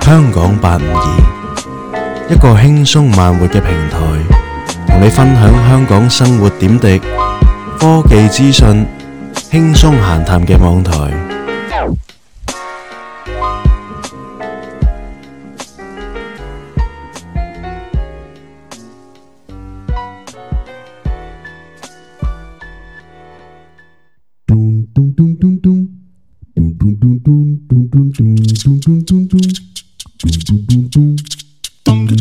香港八五二，一個輕鬆慢活嘅平台，同你分享香港生活點滴、科技資訊、輕鬆閒談嘅網台。 Dum dum dum dum dum. Dum dum dum dum dum dum dum dum dum dum dum. Dum dum dum dum.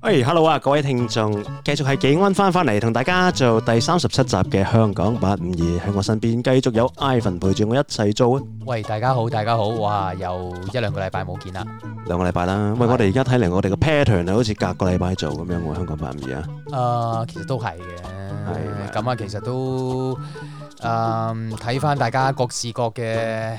h e l l o 啊，各位聽眾，繼續係幾安翻翻嚟同大家做第三十七集嘅香港八五二，喺我身邊繼續有 Ivan 陪住我一齊做啊，喂，大家好，大家好，哇，又一兩個禮拜冇見啦，兩個禮拜啦。喂，我哋而家睇嚟，我哋嘅 pattern 啊係好似隔個禮拜做咁樣喎，香港八五二啊。誒、其實都係嘅係，咁啊，其實都誒睇翻大家各視各嘅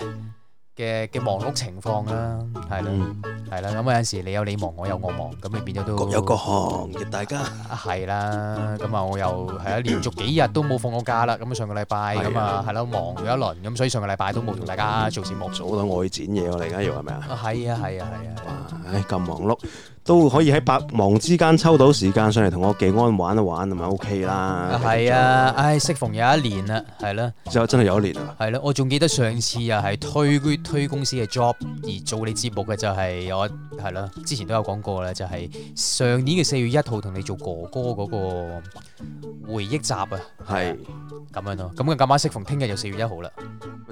嘅嘅忙碌情況啦，係啦，嗯，係啦，咁有陣時你有你忙，我有我忙，咁咪變咗都各有各行業，大家。係啦，咁啊我又係啊，連續幾日都冇放過假啦，咁啊上個禮拜係啊咁啊係咯忙咗一輪，咁所以上個禮拜都冇同大家做節目，早到我去剪嘢喎，你而家要係咪啊？啊係啊係啊係啊，哇！唉，咁忙碌都可以喺百忙之間抽到時間上嚟同我技安玩一玩，係咪 OK 啦？啊係啊，唉適逢有一年啦，係啦。之後真係有一年啊！係咯，我仲記得上次又係推推公司嘅 job 而做你節目嘅就係我係啦，之前都有講過啦，就係、上年嘅四月一號同你做哥哥嗰個回憶集啊，係咁樣咯，咁啊咁啱適逢聽日就四月一號啦，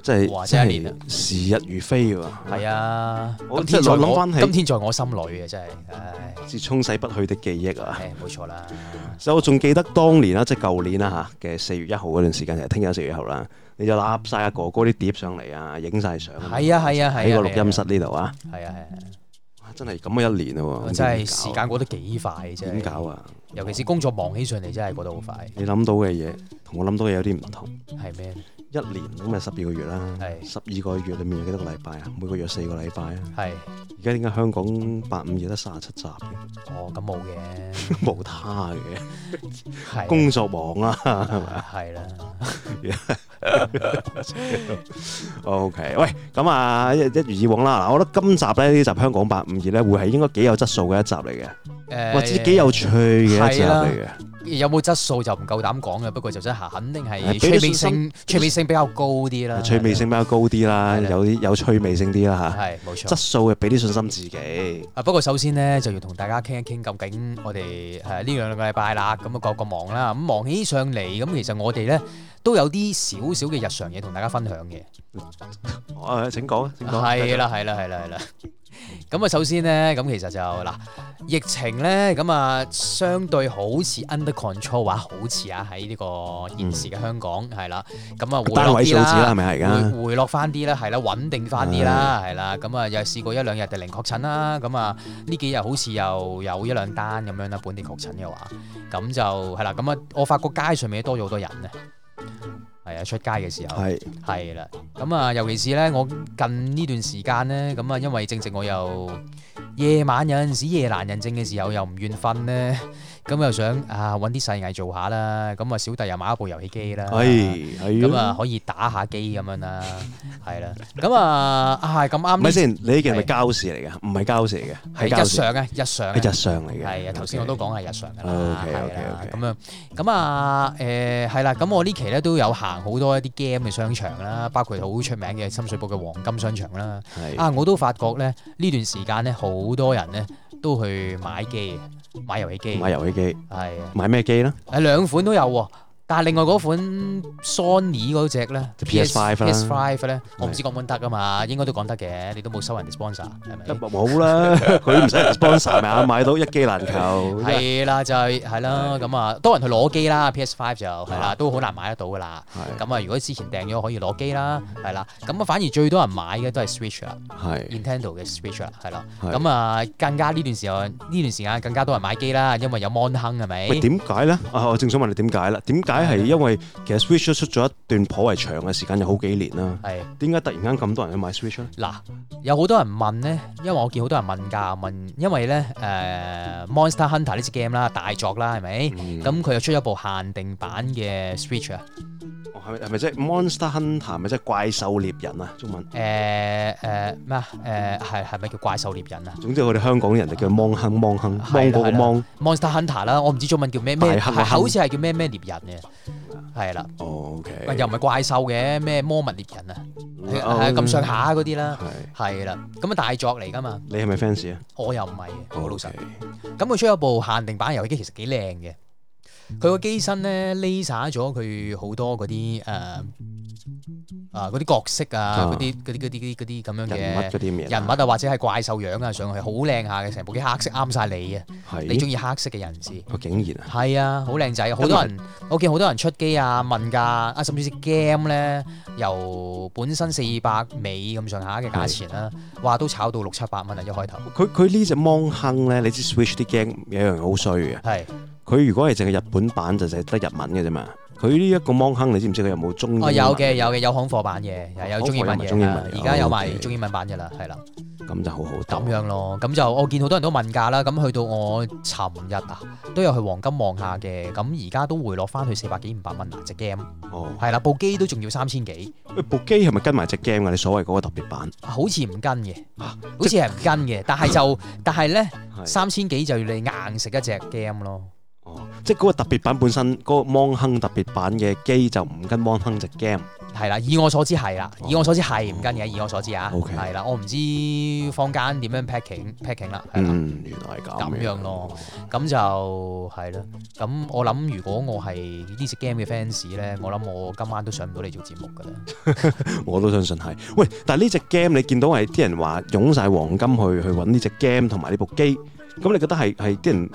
真係哇啊真真係一年係時日如飛喎！係啊，啊，我今天即在係諗我返起今天在我心裏嘅真係，唉，是沖洗不去的記憶啊！唉冇錯啦，所以我仲記得當年啦，即係舊年啦嚇嘅四月一號嗰段時間，就係聽日四月一號啦，你就揦晒阿哥哥啲碟上嚟啊，影晒相啊係啊係啊係啊，喺個錄音係室啊呢度啊！係啊係哇真係咁嘅一年啊啊，喎！真係點搞時間過得幾快點真搞係，啊？尤其是工作忙起上嚟真係過得好快，你諗到嘅嘢同我諗到嘅有啲唔同。係咩？一年咁咪十二個月啦，係十二個月裏面有幾多個禮拜啊？每個月有四個禮拜啊！係，而家點解香港八五二得三十七集嘅？哦咁冇嘅。冇他啊嘅，係工作忙啦，係咪啊啊係啦， ？OK，喂，咁啊一一如以往啦。嗱，我覺得今集咧呢集香港八五二咧會係應該幾有質素嘅一集嚟嘅，誒或者幾有趣嘅一集係啦嚟嘅。有冇質素就唔夠膽講嘅，不過就真係啊肯定係係俾啲趣味信性，趣味性比較高啲啦，趣味性比較高啲啦，係啦有啲有趣味性啲啦係冇啊嚇。質錯。素嘅俾啲信心自己，啊，不過首先呢，就要同大家傾一傾，究竟我哋誒呢兩個禮拜啦，咁啊各個忙啦，咁忙起上嚟，咁其實我哋呢，都有啲少少嘅日常嘢同大家分享嘅。誒請講啊，請講。係啦，係啦，係啦，係啦。咁啊，首先呢，咁其實就嗱，疫情呢，咁啊，相對好似 under control 啊，好似啊喺呢個現時嘅香港係啦，咁啊回單落位數啲字啦，係啦，咪啊？而家回回落翻啲啦，係啦，穩定翻啲啦，係啦，咁啊又試過一兩日就零確診啦，咁啊呢幾日好似又有一兩單咁樣啦，本地確診嘅話，咁就係啦，咁啊我發覺街上面多咗好多人啊，係啊，出街嘅時候。係係啦，咁啊，尤其是咧，我近呢段時間咧，咁啊，因為正正我又夜晚有陣時夜難人靜嘅時候，又唔願瞓咧，咁又想啊揾啲細藝做下啦，咁啊，小弟又買一部遊戲機啦。係係咁啊，可以打下機咁樣啦，係啦。咁啊，啊係咁啱唔呢，係先，你呢件係咪交事嚟嘅？唔係交事嚟嘅，係交係日事，常啊，日常啊係日常嚟嘅。係啊，頭先我都講係日常㗎啦，係 OK，OK，OK 啦，咁樣咁啊，誒係啦，咁我呢期咧都有行好多一啲 game 嘅商場啦，包括好出名嘅深水埗嘅黃金商場啦。嗯係啊，我都發覺咧呢段時間咧好多人咧都去買機，買遊戲機，買遊戲機，係啊，買咩機咧？誒兩款都有喎。但係另外嗰款 Sony 嗰只咧就 PS5 啦 PS5 咧，我唔知講唔講得㗎嘛，應該都講得嘅，你都冇收人哋 sponsor 係咪？冇啦，佢唔使人 sponsor 咪啊，買到一機難求。係係啦，就係係啦，咁啊，多人去攞機啦，PS Five 就係啦，都好難買得到噶啦。咁啊，如果之前訂咗可以攞機啦，係啦，咁啊反而最多人買嘅都係 Switch 啦係，Nintendo 嘅 Switch 啦，係啦，係咁啊更加呢段時候呢段時間更加多人買機啦，因為有 Mon 亨係咪？喂，點解咧？啊，我正想問你點解啦？點解係因為其實 Switch 都出咗一段頗為長嘅時間，有好幾年啦。係點解突然間咁多人去買 Switch 咧？嗱，有好多人問呢，因為我見好多人問價問，因為呢誒、Monster Hunter 呢支 game 啦，大作啦，係咪？嗯咁佢又出咗部限定版嘅 Switch 啊，哦係咪係咪即係 Monster Hunter 咪即係怪獸獵人啊？中文。誒誒咩啊？誒係係咪叫怪獸 獵人啊總之我哋香港人就叫芒亨芒亨，係啦芒果個芒。 ？Monster Hunter 啦，我唔知中文叫咩咩，大黑係啊好似係叫咩咩獵人嘅，係啦，哦，OK。喂又唔係怪獸嘅，咩魔物獵人啊，係哦係咁上。下嗰啲啦，係。係啦，咁啊大作嚟噶嘛，你係咪 fans 啊？我又唔係嘅，好老實。 OK 咁佢出咗部限定版遊戲機，其實幾靚嘅。佢個機身咧 laser 咗佢好多嗰啲誒啊嗰啲角色啊，啊嗰啲嗰啲嗰啲嗰啲咁樣人物嗰嘅啲嘢。人物啊，或者係怪獸樣啊上去，好靚下嘅，成部機黑色啱晒你啊！係。你中意黑色嘅人士。我竟然啊！係啊，好靚仔，好多人嗯我見好多人出機啊，問價啊，甚至啲 game 咧由本身四百美咁上下嘅價錢啦，哇都炒到六七百蚊啊！一開頭佢佢呢只芒亨咧，你知 Switch 啲 game 有一樣好衰嘅，係佢如果係淨係日本版就淨係得日文嘅啫嘛。佢呢一個芒亨，你知唔知佢有冇中英哦，文有嘅有嘅有行貨版嘅，有有中英文行貨有埋中英嘅文，而家有哦埋，OK 哦中英文版嘅啦，係啦，咁就好好多咁樣咯，咁就我見好多人都問價啦，咁去到我尋日啊，都有去黃金望下嘅，咁而家都回落翻去四百幾五百蚊啊只 game，哦。係啦，部機都仲要三千幾，喂部機係咪跟埋只 game 嘅？你所謂嗰個特別版，好似唔跟嘅，好似係唔跟嘅，但係就但係咧啊嗯係三千幾就要你硬食一隻 game 咯，哦，即係嗰個特別版本身嗰個芒亨特別版嘅機就唔跟芒亨只 game。係啦，以我所知係啦，哦以我所知係唔跟嘅，以我所知啊， OK 係啦，我唔知坊間點樣 packing packing 啦，係啦。嗯，原來係咁咁樣咯。咁就係咯。咁我諗，如果我係呢只 game 嘅 fans 咧，我諗我今晚都上唔到嚟做節目㗎啦。我都相信係。喂，但係呢只 game 你見到係啲人話湧晒黃金去去揾呢只 game 同埋呢部機，咁你覺得係係啲人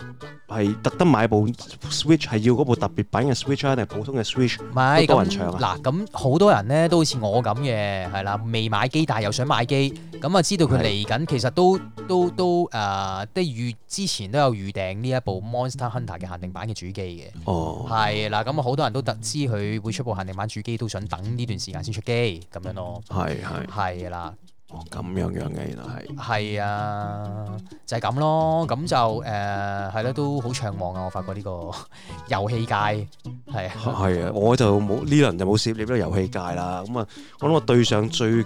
係特登買部 Switch 係要嗰部特別版嘅 Switch 啊，定係普通嘅 Switch？唔係都多人咁搶啊嗱，咁好多人咧都好似我咁嘅，係啦，未買機但係又想買機，咁啊知道佢嚟緊，其實都都都誒，呃即係預之前都有預訂呢一部 Monster Hunter 嘅限定版嘅主機嘅。哦，係啦，咁啊好多人都特知佢會出部限定版主機，都想等呢段時間先出機咁樣咯。係係，係啦，哦咁樣樣嘅原來係。係啊，就係咁咯，咁就誒係咯，都好暢旺啊！我發覺呢個遊戲界係啊係啊，我就冇呢輪就冇涉獵呢個遊戲界啦。咁啊，我諗我對上最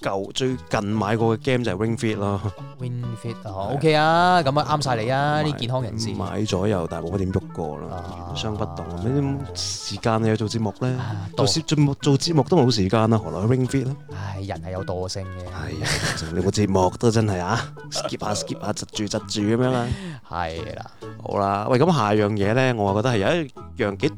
舊最近買過嘅 game 就係 Ring Fit 啦。 WinFit 啊，OK 啊，咁啊啱晒你啊，啲買健康人士買咗又，但係冇乜點喐過啦，啊原傷不動。呢啲時間你去做節目咧？啊做惰節做目做節目都冇時間啊啦，何來 ring fit 咧？唉，人係有惰性嘅，係啊，成你個節目都真係啊，skip 下 skip 下，窒住窒住咁樣啦。係啦，好啦，喂，咁下樣嘢咧，我覺得係有一樣幾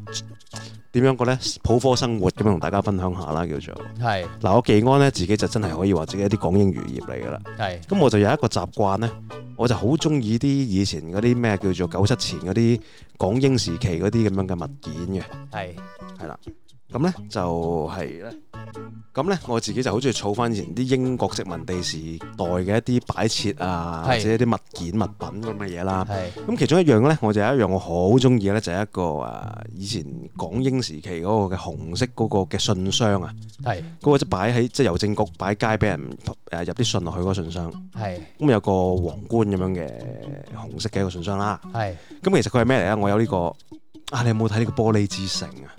點樣個咧，普科生活咁樣同大家分享下啦，叫做係嗱，我技安咧自己就真係可以話自己一啲港英餘孽嚟噶啦。係咁我就有一個習慣咧，我就好中意啲以前嗰啲咩叫做九七前嗰啲港英時期嗰啲咁樣嘅物件嘅。係咁呢就係咧，咁呢，我自己就好中意儲翻以前啲英國殖民地時代嘅一啲擺設啊，係或者一啲物件、物品咁嘅嘢啦。係咁其中一樣呢，我就有一樣我好中意嘅呢，就係一個啊，以前港英時期嗰個嘅紅色嗰個嘅信箱啊，係嗰、個即係擺喺即係郵政局擺街俾人誒入啲信落去嗰個信箱。係咁有個皇冠咁樣嘅紅色嘅一個信箱啦。係，咁其實佢係咩嚟啊？我有呢、個啊，你有冇睇呢個玻璃之城啊？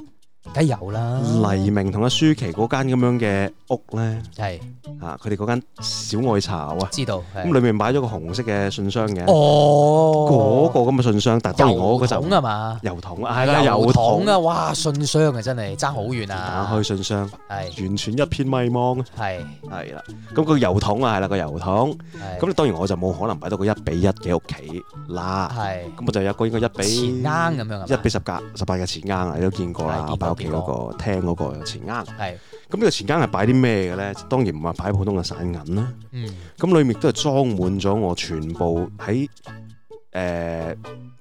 梗係有啦，黎明同阿舒淇嗰間咁樣嘅屋咧，係啊，佢哋嗰間小愛茶樓啊，知道係咁裏面擺咗個紅色嘅信箱嘅，嗰哦個咁嘅信箱，但係當然我嗰油陣桶啊嘛，油桶，係啦，油油桶桶啊，哇信箱啊真係爭好遠打啊開，信箱，係完全一片迷茫，係係啦，咁個油桶啊，係啦個油桶，係咁當然我就冇可能擺到個一比一嘅屋企啦，係。咁我就有個應該一前比啱咁樣啊，一比十格十八嘅錢罌啊，你都見過係啦見過，擺屋企見嗰個廳嗰個錢罌，係，咁呢個錢罌係擺啲咩嘅咧？當然唔係擺普通嘅散銀啦。嗯，咁裏面都係裝滿咗我全部喺誒、呃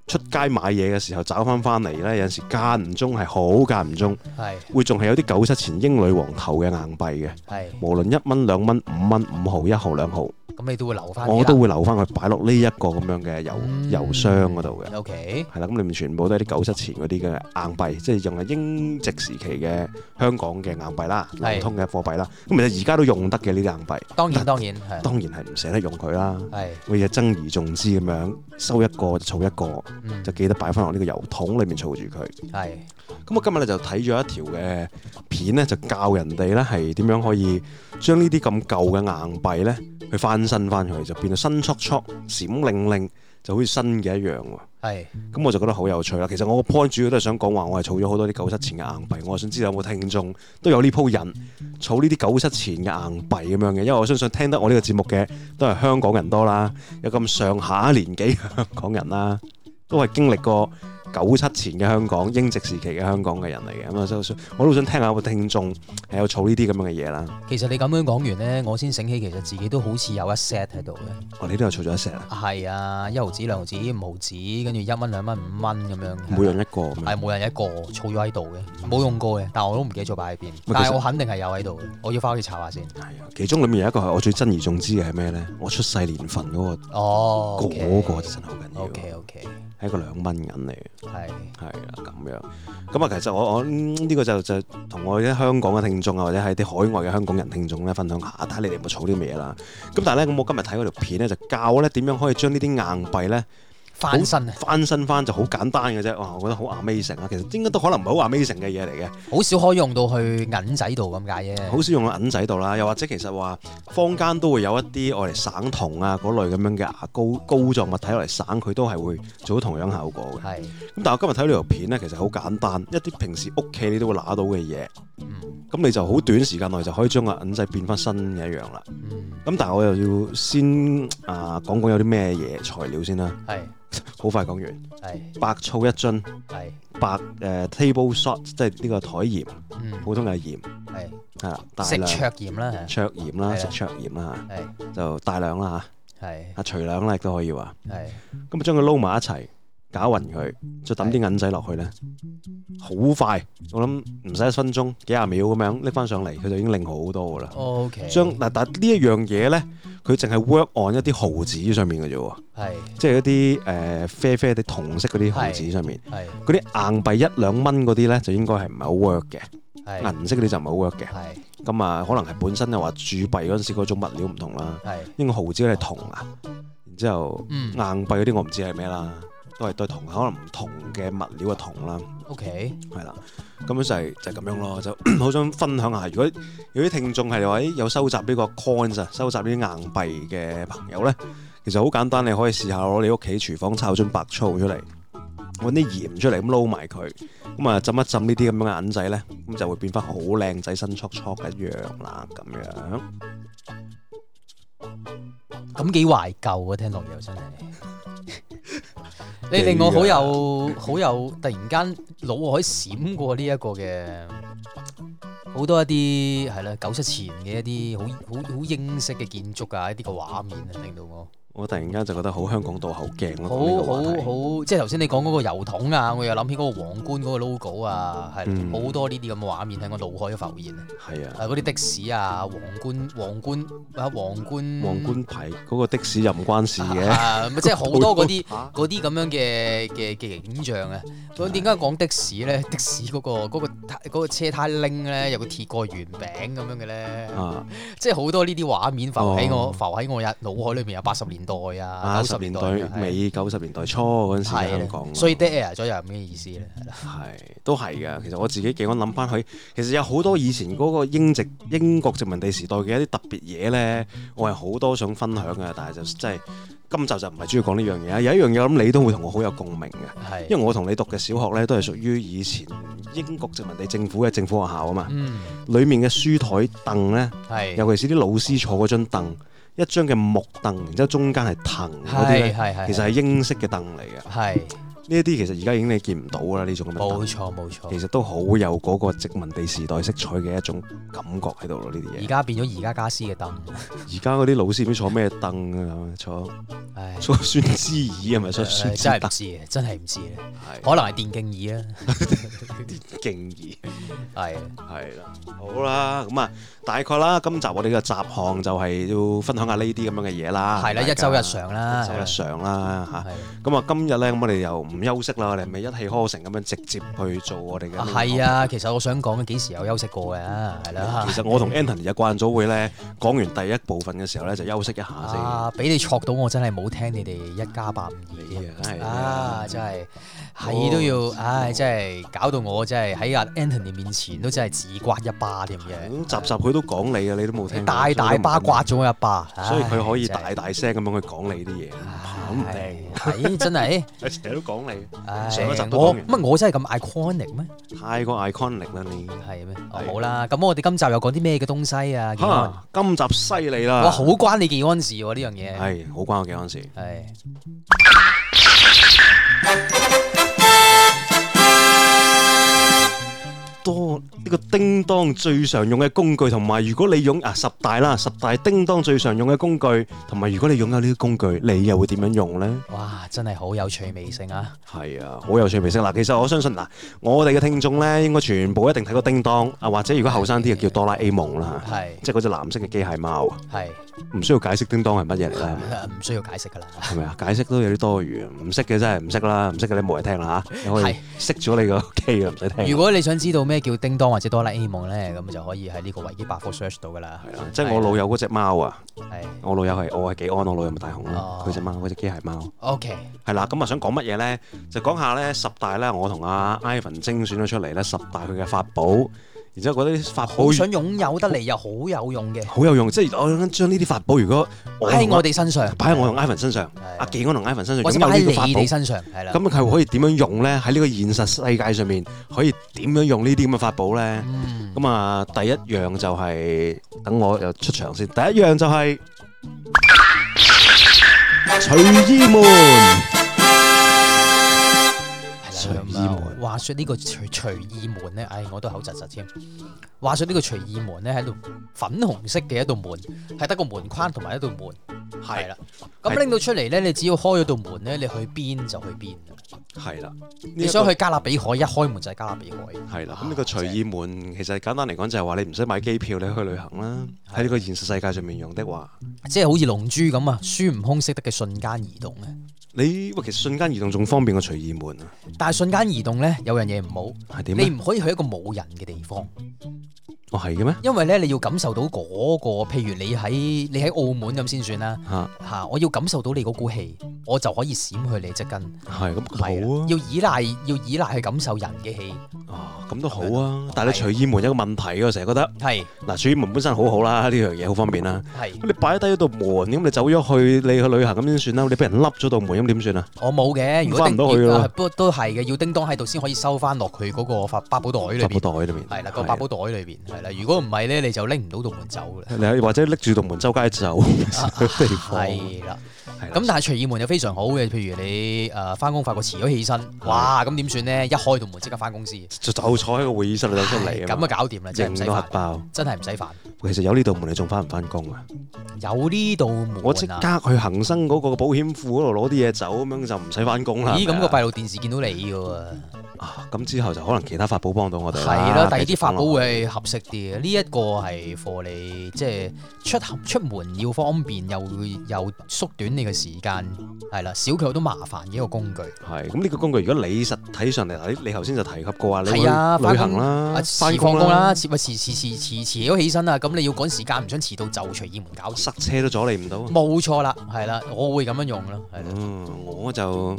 出街買嘢嘅時候找翻翻嚟咧，有陣時間唔中係好間唔中，係會仲係有啲九七前英女王頭嘅硬幣嘅，係無論一蚊、兩蚊、五蚊、五毫、一毫、兩毫，咁你都會留翻啲我啦都會留翻佢擺落呢一個咁樣嘅郵嗯郵箱嗰度嘅。 O K，係啦，咁裏面全部都係啲九七前嗰啲嘅硬幣，即係用係英殖時期嘅香港嘅硬幣啦，係流通嘅貨幣啦。咁其實而家都用得嘅呢啲硬幣，當然但當然係當然係唔捨得用佢啦。係，我哋爭而重之咁樣收一個就儲一個，嗯就記得擺翻落呢個郵筒裏面儲住佢。係咁我啊今日咧就睇咗一條嘅片咧，就教人哋咧係點樣可以將呢啲咁舊嘅硬幣咧去翻身翻佢，就變到新速速、閃令令，就好似新嘅一樣喎。係咁我就覺得好有趣啦。其實我個 point 主要都係想講話，我係儲咗好多啲九七前嘅硬幣，我係想知道有冇聽眾都有呢鋪人儲呢啲九七前嘅硬幣咁樣嘅，因為我相信聽得我呢個節目嘅都係香港人多啦，有咁上下年紀嘅香港人啦，都係經歷過九七前嘅香港、英殖時期嘅香港嘅人嚟嘅。咁啊，所以所以我都好想聽下有冇聽眾係有儲呢啲咁樣嘅嘢啦。其實你咁樣講完咧，我先醒起其實自己都好似有一 set 喺度嘅。我哋都有儲咗一 set 啊，係啊，一毫子、兩毫子、五毫子，跟住一蚊、兩蚊、五蚊咁樣。每人一個咁樣。係每人一個，儲咗喺度嘅，冇用過嘅，但我都唔記得咗擺喺邊。實但係我肯定係有喺度嘅，我要翻屋企查下先。係啊，其中裡面有一個係我最珍而重之嘅係咩呢？我出世年份嗰、哦，個嗰個真係好緊要。 O K O K，係一個兩蚊銀嚟嘅，係係啦咁樣。咁啊，其實我我嗯呢、個就就同我啲香港嘅聽眾啊，或者係啲海外嘅香港人聽眾咧，分享下，睇下你哋有冇儲啲咩嘢啦。咁但係咧，咁我今日睇嗰條片咧，就教咧點樣可以將呢啲硬幣咧翻身啊，翻身翻，就好簡單嘅啫。哇，我覺得好 amazing 啊！其實應該都可能唔係好 amazing 嘅嘢嚟嘅。好少可以用到去銀仔度咁解啫。好少用喺銀仔度啦，又或者其實話坊間都會有一啲我嚟省銅啊嗰類咁樣嘅牙膏膏狀物體嚟省，佢都係會做到同樣效果嘅。係，咁但係我今日睇呢條片咧，其實好簡單，一啲平時屋企你都會拿到嘅嘢，嗯咁你就好短時間內就可以將個銀仔變翻新嘅一樣啦。嗯，咁但係我又要先啊講講有啲咩嘢材料先啦，係好快講完。係白醋一樽，係，白誒、呃 table salt 即係呢個台鹽，嗯普通嘅鹽係係啦，大食量嗯灼鹽啦，灼鹽係啦，啊食灼鹽啦，係就大量啦嚇，係啊除量啦亦都可以話，係咁啊將佢撈埋一齊，攪勻佢，再抌啲銀仔落去咧，好快，我諗唔使一分鐘，幾廿秒咁樣拎翻上嚟，佢就已經令好多噶啦。 ，O K，將嗱，但呢一樣嘢咧，佢淨係 work on 一啲毫子上面嘅啫喎，係即係一啲誒啡啡啲銅色嗰啲毫子上面，係嗰啲硬幣一兩蚊嗰啲咧，就應該係唔係好 work 嘅，係銀色嗰啲就唔係好 work 嘅。係咁啊，可能係本身又話鑄幣嗰陣時嗰種物料唔同啦，係，應該毫子嗰啲係銅啊，然之後嗯硬幣嗰啲我唔知係咩啦，都係對銅，可能唔同嘅物料嘅銅啦。 ，O K，係啦，咁樣就係、就係、咁樣咯，就 好想分享下。如果有啲聽眾係話咦有收集呢個 coins 啊，收集呢啲硬幣嘅朋友呢，其實好簡單，你可以試下攞你屋企廚房抄樽白醋出嚟，揾啲鹽出嚟咁撈埋佢，咁啊浸一浸呢啲咁樣嘅銀仔呢，咁就會變翻好靚仔、新簇簇嘅一樣啦，咁樣。咁幾懷舊啊！聽落 又真係，你令我好有好有突然間腦海閃過呢一個嘅好多一啲係啦，九七前嘅一啲好好好英式嘅建築啊，一啲個畫面啊，令到我我突然間就覺得好香港倒後鏡咯，好講呢個好話題好，即係頭先你講嗰個油桶啊，我又諗起嗰個皇冠嗰個 logo 啊，係嗯好多呢啲咁嘅畫面喺我腦海度浮現啊，係啊。係嗰啲的士啊，皇冠皇冠啊皇冠皇冠牌嗰個的士又唔關事 嘅，啊，咪即係好多嗰啲 啊嗰啲咁樣嘅嘅嘅影像啊！咁點解講的士咧？ 的士嗰、個嗰、個嗰、個車胎拎咧，有個鐵蓋圓餅咁樣嘅咧，啊即係好多呢啲畫面浮喺我、哦浮喺我嘅腦海裏面啊！八十年代啊，八九十十年年代代尾、九十年代初嗰陣時喺香係港啊咯，所以 dead air 咗又係咩意思咧？係啦係都係嘅。其實我自己幾安諗翻去，其實有好多以前嗰個英殖英國殖民地時代嘅一啲特別嘢呢，我係好多想分享嘅，但係就真係今集就唔係主要講呢樣嘢啊啦。有一樣嘢我諗你都會同我好有共鳴嘅，係因為我同你讀嘅小學呢，都係屬於以前英國殖民地政府嘅政府學校啊嘛，嗯裡面嘅書台凳呢，係尤其是啲老師坐嗰張凳，一張嘅木凳，然之後中間係藤嗰啲係呢，係係其實係英式嘅凳嚟嘅。係呢一啲其實而家已經你見唔到㗎啦，呢種咁嘅冇燈錯冇錯其。實都好有嗰個殖民地時代色彩嘅一種感覺喺度咯，呢啲而嘢。家變咗而家家私嘅燈，而家嗰啲老師唔知坐咩凳啊，坐唉，坐酸枝椅係 咪坐酸唉枝真係凳唔？知啊，真係唔知啊，係可能係電競椅啊，敬意係係啦，好啦，咁啊，大概啦，今集我哋嘅集項就係要分享下呢啲咁樣嘅嘢啦，係啦，啊大一家周日常啦，一周日常啦嚇。係咁啊，今日咧，咁我哋又唔休息啦，我哋係咪一氣呵成咁樣直接去做我哋嘅？啊係，啊，其實我想講嘅幾時有休息過嘅，啊係啦其，實我同 Anthony 就慣咗會咧，講完第一部分嘅時候咧，就休息一下先。啊俾你戳到我真係冇聽你哋一家八五二你啊真添，係啊真係係都要，唉真係搞到我真係喺阿 Anthony 面前都真係自刮一巴添嘅，咁集集佢都講你啊，你都冇聽。大大巴刮，咗我一巴，所以佢可以唉大大聲咁樣去講你啲嘢，跑唔定，係真係。佢成日都講你，唉上一集都我講完乜我真係咁 iconic 咩？太過 iconic 啦你。係咩？哦係好啦，咁我哋今集又講啲咩嘅東西啊？技安，哇，嚇，今集犀利啦！好關你技安事喎呢樣嘢。係好關我幾安事。係多呢個叮當最常用嘅工具，同埋如果你擁啊十大啦，十大叮當最常用嘅工具，同埋如果你擁有呢啲工具，你又會點樣用呢？哇，真係好有趣味性啊！係啊，好有趣味性嗱。其實我相信嗱，我哋嘅聽眾呢，應該全部一定睇過叮當啊，或者如果後生啲嘅叫哆啦 A 夢啦，係即係嗰隻藍色嘅機械貓，係 唔需要解釋叮當係乜嘢嚟啦。唔需要解釋㗎啦。係咪啊？解釋都有啲多餘，唔識嘅真係唔識啦，唔識嘅你冇嚟聽啦嚇，你可以係熄咗你個機啦，唔使聽。如果你想知道咩叫叮當或者哆啦 A 夢咧，咁就可以喺呢個維基百科 search 到㗎啦。係啊啦即係我老友嗰只貓啊，係我老友係我係幾安，我老友咪大雄啦哦，佢只貓嗰只機械貓 OK 係啦。咁啊想講乜嘢咧？就講下咧十大咧，我同阿 Ivan 精選咗出嚟咧十大佢嘅法寶，然之後嗰啲法寶好想擁有得嚟又好有用嘅，好有用，即係我想將呢啲法寶，如果我喺同我哋嗯身上，擺喺我同 Ivan 身上係，阿幾安同 Ivan 身上或者擁擺有喺呢個法你寶哋。身上，係啦。咁佢可以點樣用咧？喺呢個現實世界上面，可以點樣用呢啲咁嘅法寶咧？嗯咁啊，第一樣就係等我又出場先。第一樣就係隨意門，係啦隨咁意啊門話說呢個隨隨意門咧，唉，我都口窒窒添。話說呢個隨意門咧，喺度粉紅色嘅一道門，係得個門框同埋一道門，係啦。咁係拎到出嚟咧，你只要開咗道門咧，你去邊就去邊。係啦，你想去加勒比海，一開門就係加勒比海。係啦。咁呢個隨意門其實簡單嚟講就係話你唔使買機票，你去旅行啦。喺呢個現實世界上面用的話，即係好似龍珠咁啊，孫悟空識得嘅瞬間移動啊咧。你喂其實瞬間移動仲方便過隨意門啊，但係瞬間移動咧，有樣嘢唔好，係點啊咧？你唔可以去一個冇人嘅地方。哦係嘅咩？因為咧，你要感受到嗰、個，譬如你喺你喺澳門咁先算啦，嚇嚇、我要感受到你嗰股氣，我就可以閃去你隻根，係咁係啦好要依賴要依賴去感受人嘅氣，啊，啊咁都好啊。但係你隨意門有一個問題嘅，我成日覺得係嗱隨意門本身好好啦，呢樣嘢好方便啦。係，咁你擺低嗰道門，咁你走咗去，你去旅行咁點算啦？你俾人笠咗道門，咁點算啊？我冇嘅，如果翻唔叮到去㗎啦啊不過都係嘅，要叮當喺度先可以收翻落佢嗰個法八寶袋裏法寶邊，袋裏面係啦，個八寶袋裏邊係啦，如果唔係咧，你就拎唔到道門走啦，你可以或者拎住道門周街 走去地方，係啦。係啦咁但係隨意門又非常好嘅，譬如你誒翻工發覺遲咗起身，嗯哇咁點算咧？一開道門即刻翻公司，就就坐喺個會議室度走出嚟咁啊嘛，搞掂啦，真係唔型使到煩核。爆。真係唔使煩，其實有呢道門，你仲翻唔翻工啊？有呢道門啊我即刻去恒生嗰個保險庫嗰度攞啲嘢走，咁樣就唔使翻工啦。係咦，咪咁啊個閉路電視見到你嘅喎，啊咁之後就可能其他法寶幫到我哋啦。係啦，第二啲法繼續寶講落去啊會合適啲嘅。呢一個係 for 你即係出行出門要方便，又又縮短你嘅時間，係啦，少佢好多麻煩嘅一個工具。係咁呢個工具，如果你實體上嚟睇，你頭先就提及過話，你去係啊，旅翻行工啦啊，翻遲放工工，啦，遲咪遲遲遲遲遲咗起身啦，咁你要趕時間，唔想遲到就隨意門搞掂。塞車都阻你唔到啊。冇錯啦，係啦，我會咁樣用咯，係啦。嗯，我就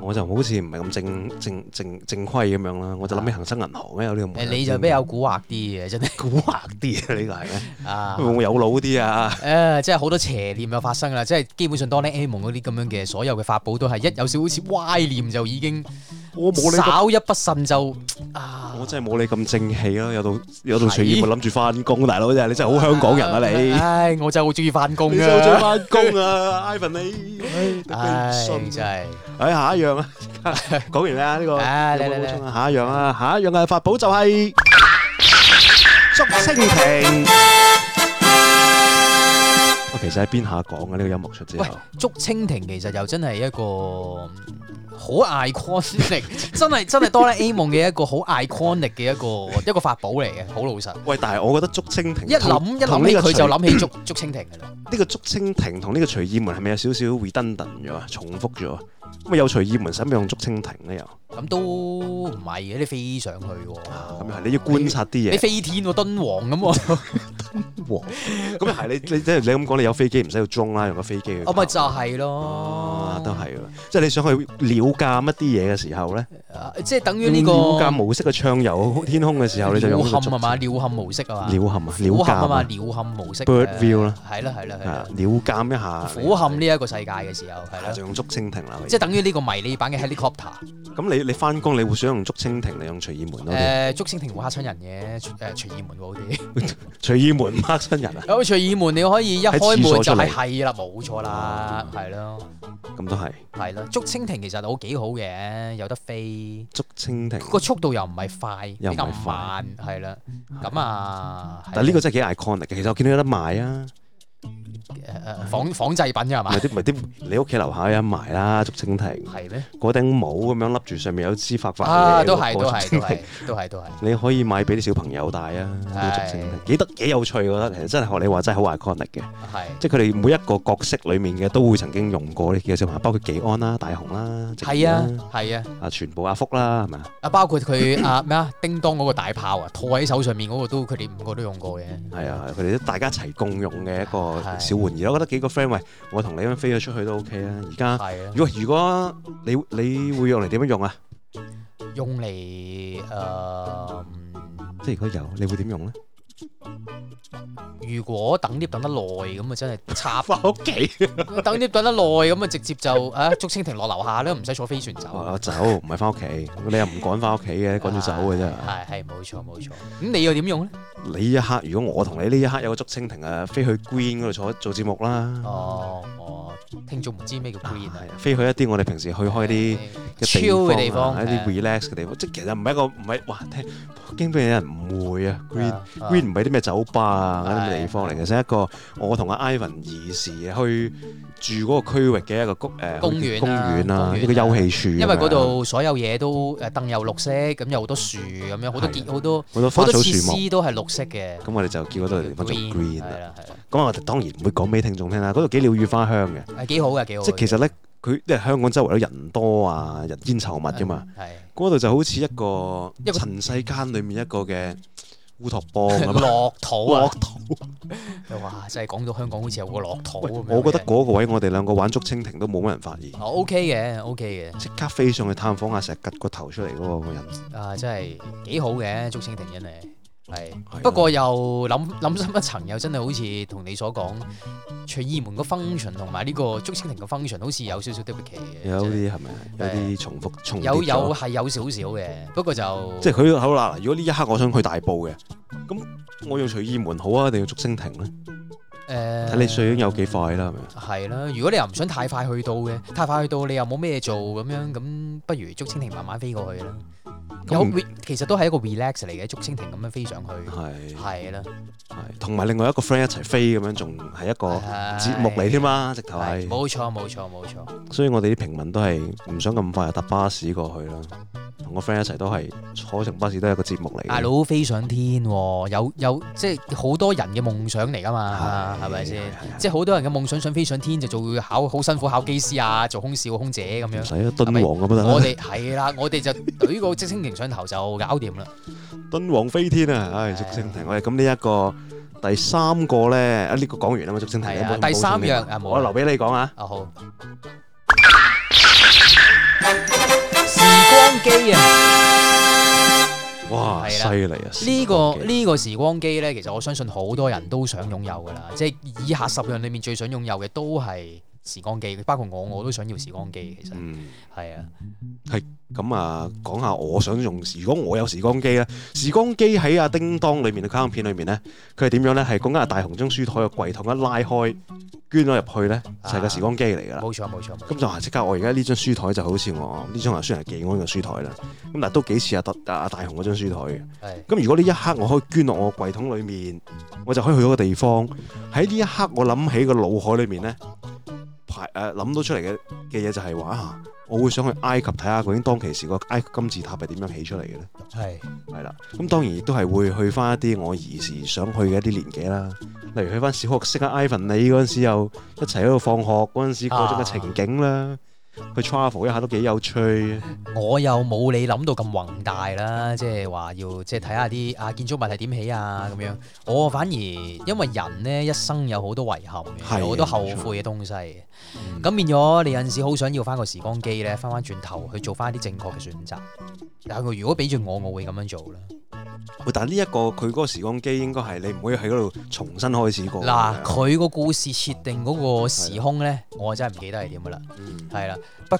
我就好似唔係咁正正正正規咁樣啦，我就諗起恒生銀行咧有呢個門誒，你就比較蠱惑啲嘅，真係古嗯惑啲 啊，呢個係咧， 啊。會唔會有腦啲啊？誒、即係好多邪念又發生啦！即係基本上哆啦 A 夢嗰啲咁樣嘅所有嘅法寶都係一有少少好似歪念就已經我冇你咁，稍一不慎就啊，我真係冇你咁正氣咯，有到有到隨意咪諗住翻工，大佬真係你真係好香港人啊你！唉，我真係好中意翻工啊你真係好想噶。翻 工啊，Ivan 你，唉唉，頂你唔真順係唉下一樣 啊，講完啦呢個，唉有冇嚟嚟補充啊下一樣啊，下一樣嘅法寶就係竹蜻蜓。我其實喺邊下講嘅呢個音樂出之後喂，竹蜻蜓其實又真係一個好 iconic，真 係真係哆啦 A 夢嘅一個好 iconic 嘅一個一個法寶嚟嘅，好老實。喂，但係我覺得竹蜻蜓一諗同一同諗呢起個佢隨就諗起竹 竹蜻蜓㗎啦。呢個竹蜻蜓同呢個隨意門係咪有少少 redundant 咗啊？重複咗啊咁啊？有隨意門使唔使用竹蜻蜓咧？又咁都唔係嘅，你飛上去喎。咁又係你要觀察啲你嘢。飛天喎，敦煌咁喎， 哇咁又係你你即係你咁講，你有飛機唔使要裝啦，用個飛機去我跑。咪就係啊咯，都係喎，即係你想去了解一啲嘢嘅時候咧，啊，即係等於用呢個了解模式嘅暢遊天空嘅時候，你就用呢個鳥竹瞰啊嘛，鳥瞰模式啊嘛，鳥瞰啊，虎鳥瞰啊鑑嘛，啊，鳥瞰模式 Bird 誒 view 啦，係啦係啦係係啊啦，鳥鑑一下，俯瞰呢一個世界嘅時候係係啊就啦，用竹蜻蜓啦。即係等於呢個迷你版嘅 helicopter，咁你你翻工，你會想用竹蜻蜓定用隨意門多啲？誒竹蜻蜓會嚇親人嘅，誒隨意門會好啲。隨意門唔嚇親人 啊，有隨意門你可以一喺開廁所門就出嚟哦係係啦，冇錯啦，係咯咁都係係咯，竹蜻蜓其實好幾好嘅，有得飛。竹蜻蜓。個速度又唔係啊快，又唔係比較慢，係啦。咁啊，但呢個真係幾 iconic 嘅，其實我見到有得賣 啊，誒誒仿仿製品㗎係嘛咪？啲咪啲你屋企樓下有得賣啦，竹蜻蜓係咩？嗰頂帽咁樣笠住，上面有支發發啊，嘅都嗰係都個竹係蜻都蜓係都係都係。你可以買俾啲小朋友戴啊，呢個竹係蜻蜓幾得幾有趣，我覺得其實真係學你話真係好 iconic 嘅，係即係佢哋每一個角色裡面嘅都會曾經用過呢幾個小朋友，包括紀安啦、大雄啦、直係啊面啦，係啊，啊全部阿福啦，係咪啊？啊包括佢啊咩啊，叮當嗰個大炮啊，套喺手上面嗰個都佢哋五個都用過嘅。係啊，佢哋都大家一齊共用嘅一個係小玩意咯，我覺得幾個 friend 喂，我同你咁樣飛咗出去都 OK 啊，而家。係啊，如果如果你你會用嚟點樣用啊？用嚟嗯誒，即係如果有，你會點用咧？如果等 lift 等得耐咁啊，真係 插翻屋企，等 lift 等得耐咁啊，直接就啊竹蜻蜓落樓下啦，唔使坐飛船走。我走，唔係翻屋企。你又唔趕翻屋企嘅，趕住走嘅啫。係係冇錯冇錯。咁你又點用咧？你一刻，如果我同你呢一刻有個竹蜻蜓啊，飛去 Green 嗰度坐做節目啦，哦哦，聽眾唔知咩叫 green 啊係啊飛去一啲我哋平時去開啲超嘅嘅地方啊，一啲 relax 嘅地方。即係其實唔係一個唔係哇，聽驚俾有人誤會啊，Green。Green 唔係啲咩酒吧啊嗰啲地方嚟嘅，係一個我同阿 Ivan 兒時去住嗰個區域嘅一個公誒公園啊公園啊，公園啊一個休憩處咁樣。因為嗰度所有嘢都誒凳又綠色，咁有好多樹咁樣，好多係結好多好多花好多草設樹木，施都係綠色嘅。咁我哋就叫嗰度地方做 green 啊係啦。啦係啦，咁我哋當然唔會講俾聽眾聽啦，嗰度幾鳥語花香嘅，係幾好嘅幾好嘅。啊即係其實咧，佢因為香港周圍都人多啊，人煙稠密噶嘛，嗯，係嗰度就好似一個一個塵世間裡面一個嘅烏托邦 咁啊。樂土樂啊！土，啊哇，真係講到香港好似有個樂土喂咁樣嘅。我覺得嗰個位我哋兩個玩竹蜻蜓都冇乜人發現。哦 OK 嘅 OK 即刻飛上去探訪下石吉個頭出嚟嗰個人，嘅，啊真係幾好嘅竹蜻蜓真係。係，係啊不過又諗諗深一層，又真係好似同你所講，隨意門個 function 同埋呢個竹蜻蜓個 function 好似有少少 duplicate 嘅。有真係啲係咪啊？有啲重複重疊有咗有，啊係有少少嘅，不過就即係佢好啦。如果呢一刻我想去大埔嘅，咁我用隨意門好啊，定用竹蜻蜓咧？誒呃睇你水影有幾快啦，係咪啊？係啦。如果你又唔想太快去到嘅，太快去到你又冇咩做咁樣，咁不如竹蜻蜓慢慢飛過去啦。有咁 re- 其實都係一個 relax 嚟嘅，竹蜻蜓咁樣飛上去，係係啦，係，同埋另外一個 friend 一齊飛咁樣，仲係一個係節目嚟添啦，直頭係係。冇錯冇錯冇錯，所以我哋啲平民都係唔想咁快就搭巴士過去啦。同個 friend 一齊都係坐程巴士都係一個節目嚟嘅。大佬啊飛上天喎，有有即係好多人嘅夢想嚟㗎嘛，係係咪係先？係係即係好多人嘅夢想想飛上天就做考好辛苦考機師啊，做空少空姐咁唔樣。使啊，敦煌咁都得啦。我哋係啦，我哋就懟個竹蜻蜓上頭就搞掂啦。敦煌飛天啊！唉，係竹蜻蜓，喂，咁呢一個第三個咧，啊呢個講完啦嘛，竹蜻蜓係啊有冇第三補充呢樣啊冇啦我留俾你講啊。啊好，時光機啊！哇，係犀啦利啊！呢、個個呢個時光機呢，其實我相信好多人都想擁有噶啦，即係以下十樣裡面最想擁有嘅嗯都係時光機，包括我，我都想要時光機。其實嗯係啊，咁啊，講下我想用，如果我有時光機咧，時光機喺啊叮當裏面嘅卡通片裏面咧，佢係點樣咧？係講緊啊大雄將書台嘅櫃桶一拉開，捐咗入去咧，就係個時光機嚟㗎啦。冇錯冇錯冇錯。咁就係即刻，我而家呢張書台就好似我呢張啊，雖然係技安嘅書台啦，咁但係都幾似阿特阿大雄嗰張書台嘅。係咁如果呢一刻我可以捐落我櫃桶裏面，我就可以去到個地方。喺呢一刻我諗起個腦海裏面咧，排誒諗到出嚟嘅嘅嘢就係話啊，我會想去埃及睇下究竟當其時個埃及金字塔係點樣起出嚟嘅咧。係係啦，咁當然亦都係會去翻一啲我兒時想去嘅一啲年紀啦，例如去翻小學識阿 Ivan 你嗰陣時，又一齊喺度放學嗰陣時嗰種嘅情景啦，去 travel 一下都幾有趣。我又冇你諗到咁宏大啦，即係話要即係睇下啲啊建築物係點起啊咁樣。我反而因為人呢一生有好多遺憾嘅，係有好多後冇錯悔嘅東西嘅。咁變咗你有陣時好想要翻個時光機呢，翻翻轉頭去做翻啲正確嘅選擇。但係如果俾住我，我會咁樣做啦。喂但係呢一個佢嗰個時光機應該係你唔可以喺嗰度重新開始過。嗱，佢個故事設定嗰個時空呢，我真係唔記得係點噶啦。啊嗯係啦，不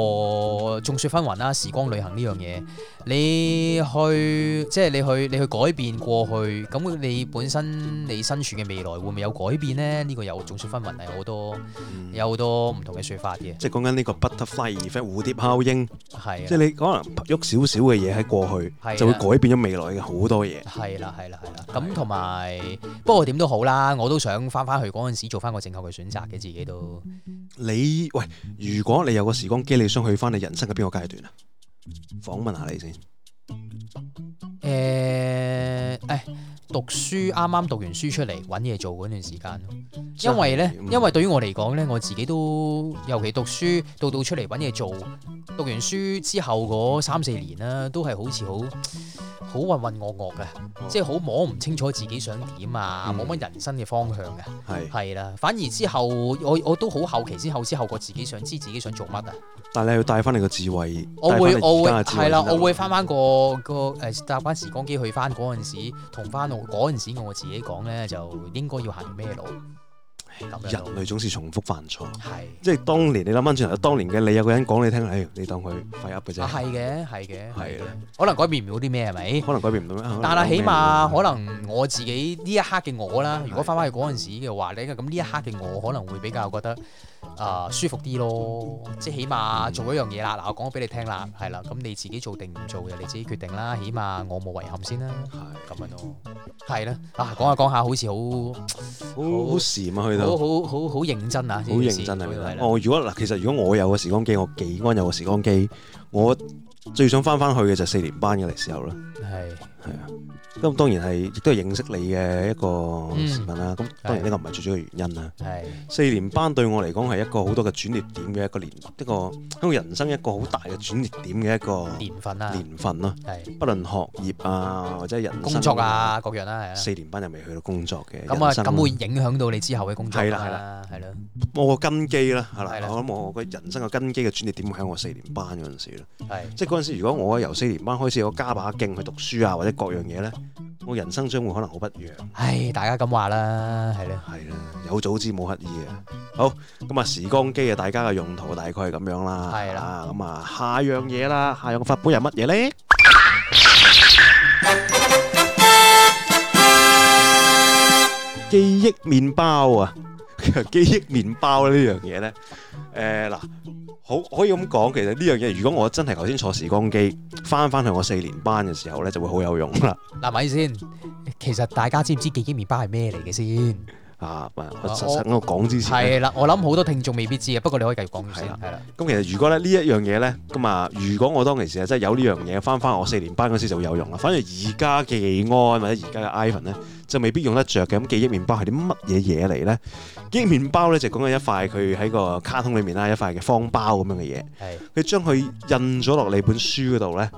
過眾說紛紜啦，時光旅行呢樣嘢，你去即係你去你去改變過去，咁你本身你身處嘅未來會唔會有改變呢？呢、個有眾說紛紜，係好多嗯有好多唔同嘅說法嘅，即係講緊呢個 butterfly effect 蝴蝶效應，即係係啊，你可能喐少少嘅嘢喺過去係，啊就會改變咗未來嘅好多嘢。係啦，係啦，係啦。咁同埋不過點都好啦，我都想翻翻去嗰陣時做翻個正確嘅選擇嘅，自己都你喂，如果你有個時光機，你想去翻你人生嘅邊個階段啊？訪問下你先。誒誒、讀書啱啱讀完書出嚟揾嘢做嗰段時間。因為咧，嗯因為對於我嚟講咧，我自己都尤其讀書到到出嚟揾嘢做，讀完書之後嗰三四年啦，都係好似好好渾渾噩噩嘅，即係好摸唔清楚自己想點啊，哦嗯冇乜人生嘅方向嘅，係，係啦。反而之後我我都好後期先後知後覺自己想知自己想做乜啊。但係你要帶翻你個智慧，我會會我會會係啦，我會翻翻個個誒搭翻時光機去翻嗰陣時，同翻我嗰陣時我自己講咧，就應該要行條咩路人啊咁樣咯。類總是重複犯錯，係。即係當年你諗翻轉頭，當年嘅你有個人講你聽，誒，你當佢廢噏嘅啊，係啫，嘅，係嘅，係係啊嘅啦，可能改變唔到啲咩係咪？可能改變唔到咩？啊但係起碼可可能能我自己呢一刻嘅我啦，如果翻返去嗰陣時嘅話咧，咁呢一刻嘅我可能會比較覺得啊、舒服啲咯，即係起嗯碼做一樣嘢啦。嗱，我講咗俾你聽啦，係啦，咁你自己做定唔做嘅你自己決定啦。起碼我冇遺憾先啦，咁樣咯，係啦。啊，講下講下好似好好好禪啊，去好到。好好好認真啊，好認真啊！係係啦啦，我如果嗱，其實如果我有個時光機，我技安有個時光機，我最想翻翻去嘅就係四年班嘅時候啦。係係啊，咁當然係亦都係認識你嘅一個嗯視頻啦。咁、當然呢個唔係最主要嘅原因啦。係四年班對我嚟講係一個好多嘅轉捩點嘅一個年，一個喺我人生一個好大嘅轉捩點嘅一個年份啦，年份啦。係不論學業啊，或者人生工作，啊，各樣啦，係啦。四年班又未去到工作嘅。咁啊，人生咁會影響到你之後嘅工作係啦係啦，係咯，我個根基啦，係係啦啦。我諗我個人生嘅根基嘅轉捩點會喺我四年班嗰陣時啦。係即係嗰陣時，如果我由四年班開始，我加把勁去讀書啊，或者各樣嘢咧，我人生將會可能好不一樣。唉，大家咁話啦，係咯，係啦，有早知冇乞兒啊！好，咁啊時光機啊，大家嘅用途大概係咁樣啦。係啦啊，咁啊下樣嘢啦，下樣嘅法寶係乜嘢咧？記憶麵包啊，記憶麵包呢樣嘢咧，誒、嗱，好可以咁講，其實呢樣嘢，如果我真係頭先坐時光機翻翻去我四年班嘅時候咧，就會好有用 啦。嗱咪先，其實大家知唔知記憶麵包係咩嚟嘅先？啊，我我實實我講之前呢。係啦，我諗好多聽眾未必知嘅，不過你可以繼續講住先，係啦係啦，咁其實如果咧呢一樣嘢咧，咁啊，如果我當其時係真係有呢樣嘢，翻翻我四年班嗰時就會有用啦。反正而家嘅技安或者而家嘅 Ivan 咧，就未必用得着嘅。咁記憶麵包係啲乜嘢嘢嚟咧？記憶麵包咧就講緊一塊佢喺個卡通裏面啦，一塊嘅方包咁樣嘅嘢，係佢將佢印咗落你本書嗰度咧。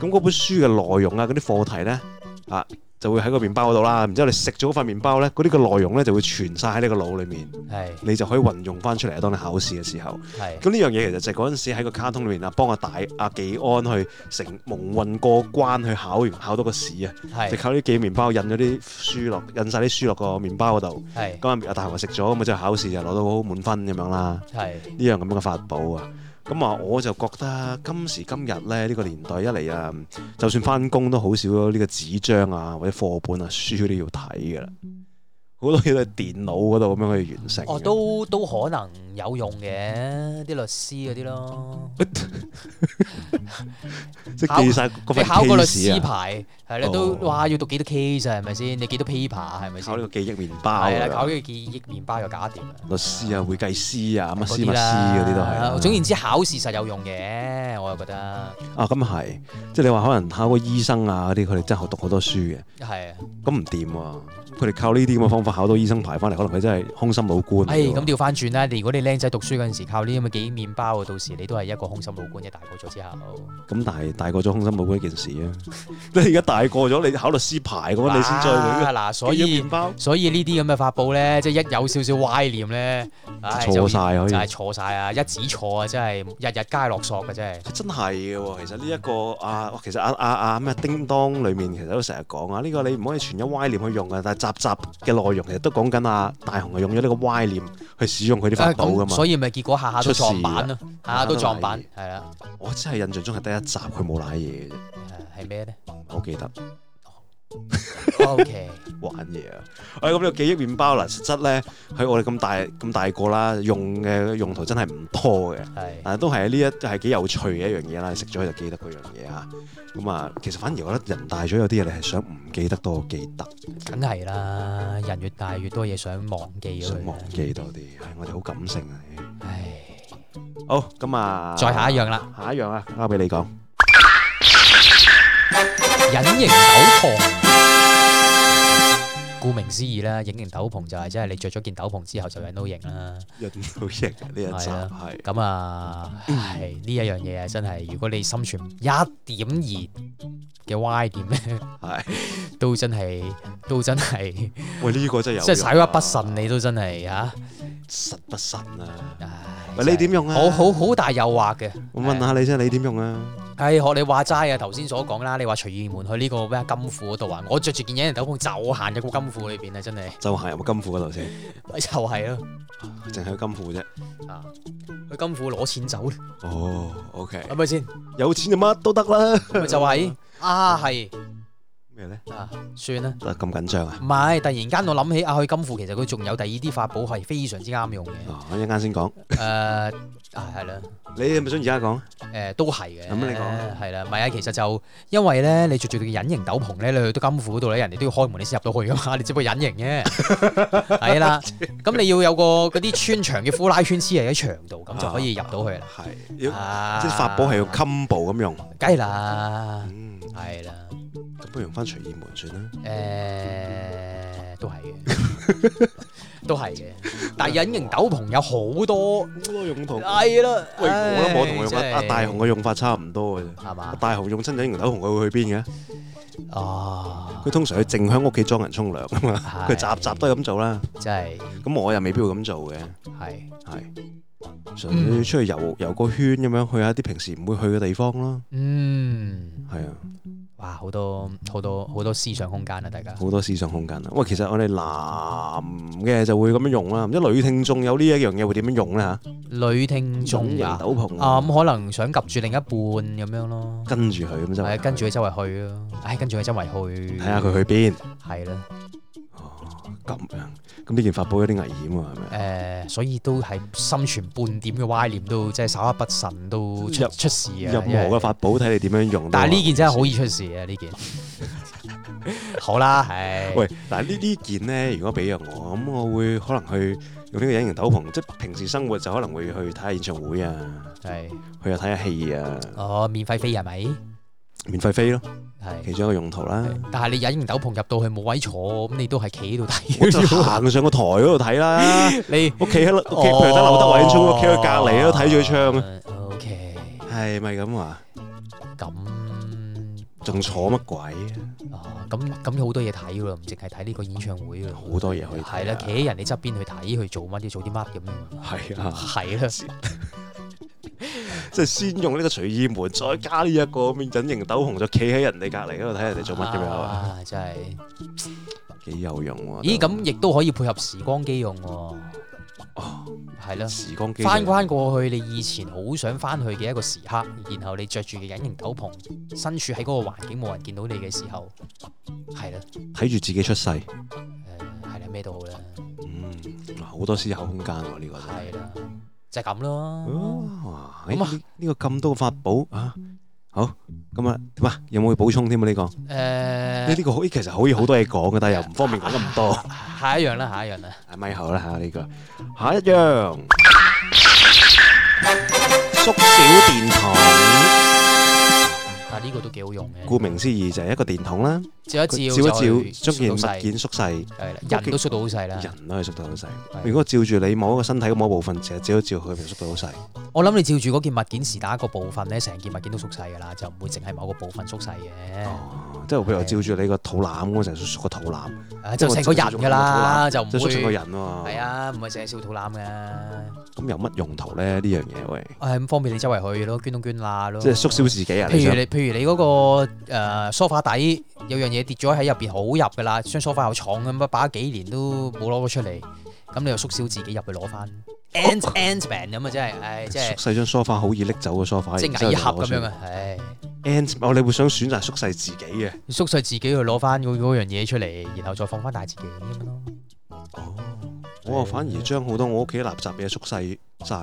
咁嗰本書嘅內容啊，嗰啲課題咧啊，就會喺個麵包嗰度啦。然之後你食咗嗰塊麵包咧，嗰啲嘅內容咧就會存晒喺你個腦裏面，係你就可以運用翻出嚟啊。當你考試嘅時候。係咁呢樣嘢其實就係嗰陣時喺個卡通裏面啊，幫阿大阿技安去成蒙混過關，去考完考到個試啊，就係靠呢幾麵包印咗啲書落，印晒啲書落個麵包嗰度。係咁啊，阿大雄食咗，咁啊即係考試就攞到好滿分咁樣啦。係呢樣咁樣嘅法寶啊，咁啊，我就覺得今時今日咧，呢、個年代一嚟啊，就算翻工都好少呢個紙張啊，或者課本啊、書嗰啲要睇嘅啦。好多嘢都係電腦嗰度咁樣去完成嘅。哦，都都可能有用嘅，啲律師嗰啲咯。即係記晒嗰你份考個律師 case 啊，牌，係啦，都哦哇要讀幾多 case 啊，係咪先？你幾多 paper 啊係咪先考？呢個記憶麵包係啦，啊，考呢個記憶麵包就搞掂啦。律師啊、會計師啊、乜嗰師啲乜師啦嗰啲都係啦。啊總言之，考試實有用嘅，我又覺得啊，咁係，即係你話可能考個醫生啊嗰啲，佢哋真係讀好多書嘅，係啊。咁唔掂喎。佢哋靠呢啲咁嘅方法考到醫生牌翻嚟，可能佢真係空心老官嚟誒嘅咁喎。調翻轉啦！你如果你僆仔讀書嗰陣時靠呢啲咁嘅記憶麵包啊，到時你都係一個空心老官嘅。大個咗之後，咁但係大個咗空心老官一件事啊！ 你而家大個咗，你考律師牌咁，你先再啊佢嗱，所以麵包所以呢啲咁嘅發布咧，即係一有少少歪念咧，唉錯晒可以就係錯晒啊！一指錯啊，真係日日皆落索嘅，真係。真係嘅喎，其實呢、一個啊，哇其實啊啊啊咩叮當裡面其實都成日講啊，呢、個你唔可以全一歪念去用嘅，但係集集嘅內容其實都講緊啊大雄係用咗呢個歪念去使用佢啲法寶㗎嘛。咁啊所以咪結果下下都撞板咯，下下都撞板出，係啦，我真係印象中係得一集佢冇賴嘢嘅啫，誒係咩咧我記得？OK，玩嘢啊！喂，咁呢個記憶麵包嗱，實質咧喺我哋咁大咁大個啦，用嘅用途真係唔多嘅。係但係都係呢一係幾有趣嘅一樣嘢啦，你食咗佢就記得嗰樣嘢啊。咁啊，其實反而我覺得人大咗有啲嘢你係想唔記得多過記得，梗係啦，人越大越多嘢想忘記咗想佢忘。記多啲。唉，我哋好感性啊！唉，好，咁啊，再下一樣啦，下一樣啊，交俾你講。隱形斗篷。顧名思義啦，隱形斗篷就係即係你着咗件斗篷之後就隱到形啦。印度型呢一集係嗯啊係咁啊，唉，呢一樣嘢啊，真係如果你心存一點二嘅歪點咧， 係，都真係都真係，喂呢個真係有用啊，即係稍一不慎，你都真係嚇。實不慎啊！唉喂真係你點用啊好好好大誘惑嘅。我問下你啫，你點用啊？係學你話齋啊，頭先所講啦，你話隨意門去呢個咩金庫嗰度啊，我着住件隱形斗篷就行入個金庫裏邊啊，真係就行入個金庫嗰度先，就係咯。淨係金庫啫。啊，去金庫攞 錢走咧，哦，OK，係咪先？有錢就乜都得啦。咪就嗯係啊，係咩咧？啊，算啦。啊咁緊張啊！唔係，突然間我諗起啊，去金庫其實佢仲有第二啲法寶係非常之啱 用嘅。啊，我一陣間先講。誒啊係啦，你係咪想而家講？誒都係嘅。咁你講啊係啦，唔係啊，其實就因為咧，你着住件隱形斗篷咧，你去到金庫嗰度咧，人哋都要開門你先入到去噶嘛，你 只不過隱形 啫。係啦，咁你要有個嗰啲穿牆嘅呼拉圈黐喺喺牆度，咁就可以入到去啦。係要啊即係法寶係要 combo 咁用。梗係啦，嗯，係啦。咁不如用翻隨意門算啦。誒、都係嘅，都係嘅。但係隱形斗篷有好多，好多用途。喂，係啦。我諗我同佢用唉阿真係大雄嘅用法差唔多嘅啫。係阿嘛？大雄用親隱形斗篷，佢會去邊嘅？啊佢，通常去靜香屋企裝人沖涼啊嘛。哦係佢集集都係咁做啦。真係咁我又未必會咁做嘅。係係純粹出去遊遊個圈咁樣，去下啲平時唔會去嘅地方咯。嗯，係啊，哇！好多好多好多思想空間啊，大家好多思想空間啊。喂，其實我哋男嘅就會咁樣用啦，唔知女聽眾有呢一樣嘢會點樣用咧嚇？女聽眾隱形，啊斗篷啊咁可能想及住另一半咁樣咯，跟住佢咁就係啊跟住佢周圍去咯，唉，跟住佢周圍去，睇下佢去邊係啦，咁樣。咁呢件法寶有啲危險喎，係咪？誒，所以都係心存半點嘅歪念，都即係稍一不慎都出入出事啊！任何嘅法寶睇你點樣用。但係呢件真係好易出事啊！呢件 好啦，係喂，嗱呢呢件咧，如果俾咗我，咁我會可能去用呢個隱形斗篷，即係平時生活就可能會去睇下演唱會啊，係去啊睇下戲啊，哦，免費飛係咪？免費飛咯，係其。中一個用途啦。但係你隱形斗篷入到去冇位坐，咁你都係企喺度我就睇。行上個台嗰度睇 啦，你屋企喺屋企，哦譬如得劉德華演唱會，屋企喺隔離都睇住佢唱啊，啊。O K，係咪咁話？咁仲坐乜鬼啊？啊，咁咁有好多嘢睇㗎啦，唔淨係睇呢個演唱會㗎啦。好多嘢可以睇啊係啦，企喺人哋側邊去睇，去做乜嘢，做啲乜咁樣。係啊。係啦，即係先用呢個隨意門，再加呢一個咁嘅隱形斗篷，就企喺人哋隔離嗰度睇人哋做乜咁樣啊，啊？真係。幾有用喎！咦，咁亦都可以配合時光機用喎。係咯。時光機制翻關過去，你以前好想翻去嘅一個時刻，然後你着住嘅隱形斗篷，身處喺嗰個環境冇人見到你嘅時候，係啦，睇住自己出世，誒係啦，咩都好啦，嗯，好多思考空間喎呢個真係係啦，就係咁咯。哇！咁啊呢呢個咁多法寶啊，好咁啊點啊？有冇要補充添啊？呢個呢誒呢個可以其實可以好多嘢講嘅， 但係又唔方便講咁多。下一樣啦，下一樣啦，啊咪好啦嚇呢個，下一樣縮小電筒，但係呢個都幾好用嘅，顧名思義就係一個電筒啦，照一照照一照，就將縮件到物細件縮細，係啦，人都縮到好細啦。人都可以縮到好細。如果照住你某一個身體嘅某一部分，成日照一照佢，咪縮到好細。我諗你照住嗰件物件時打個部分咧，成件物件都縮細㗎啦，就唔會淨係某個部分縮細嘅。哦，即係譬如我照住你個肚腩咁，成日縮個肚腩，啊就成個人㗎啦，就唔即係縮成個會人哦喎。係，啊，唔係成日笑肚腩嘅，咁有乜用途咧？呢樣嘢喂，係咁方便你周圍去咯，捐東捐罅咯。即係縮小自己啊！你譬想如你譬如你嗰個誒梳化底有樣嘢跌咗喺入邊好入㗎啦，張梳化又重咁，擺咗幾年都冇攞過出嚟，咁你又縮小自己入去攞翻。Ant Ant Man 咁啊，真係，唉，即縮係細張梳化好易拎走個梳化，即係蟻俠咁樣啊，唉。 Ant，哦，你會想選擇縮細自己嘅。縮細自己去攞翻嗰嗰樣嘢出嚟，然後再放翻大自己咁樣咯。哦，我啊反而將好多我屋企垃圾嘢縮細晒，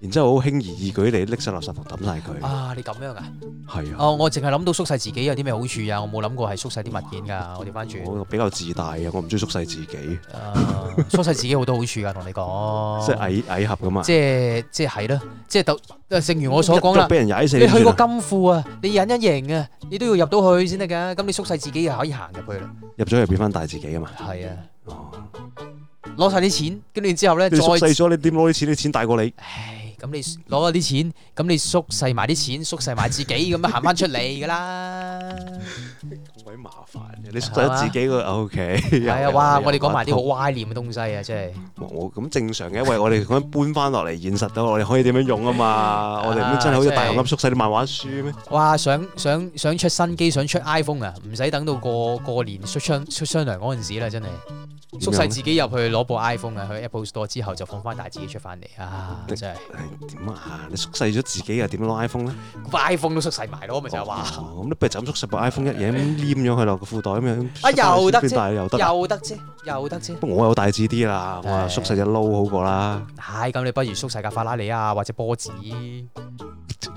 然之後好輕而易舉地拎晒垃圾桶抌晒佢。啊，你咁樣噶？係啊，哦，我淨係諗到縮細自己有啲咩好處啊，我冇諗過係縮細啲物件噶。我調翻轉，我比較自大啊，我唔中意縮細自己，即啊縮細自己好多好處噶，同你講。係矮矮盒噶嘛。哦即係即係係咯，即係就啊正如我所講一腳啦。俾人踩死你去過算啦金庫啊，你忍一型啊，你都要入到去先得㗎。咁你縮細自己又可以行入去啦。入咗去變翻大自己啊嘛。係啊，哦，攞晒啲錢，跟住之後咧你再縮細咗，你點攞啲錢？啲錢大過你。唉，咁你攞咗啲錢，咁你縮細埋啲錢，縮細埋自己，咁樣行翻出嚟噶啦。咁鬼麻煩嘅，你縮細咗自己個 O K。係係啊，哇！我哋講埋啲好歪念嘅東西啊，真係。我咁正常 嘅，因為我哋咁樣搬翻落嚟現實度，我哋可以點樣用啊嘛？我哋咁樣真係好似大雄咁縮細啲漫畫書咩？哇！想想想出新機，想出 iPhone 啊，唔使等到過過年出商出商量嗰陣時啦，真係點樣縮細自己入去攞部 iPhone 啊，去 Apple Store 之後就放翻大自己出翻嚟啊！真係點啊？你縮細咗自己又點攞 iPhone 咧？部 iPhone 都縮細埋咯，咪 就係話啊哦咁你不如就咁縮實部 iPhone 一嘢咁黏咗佢落個褲袋咁樣。啊又得啫邊大又得啊。又得啫，又得啫。不過我有大致啲啦，我話係縮細只撈好過啦，唉，咁你不如縮細架法拉利啊，或者波子。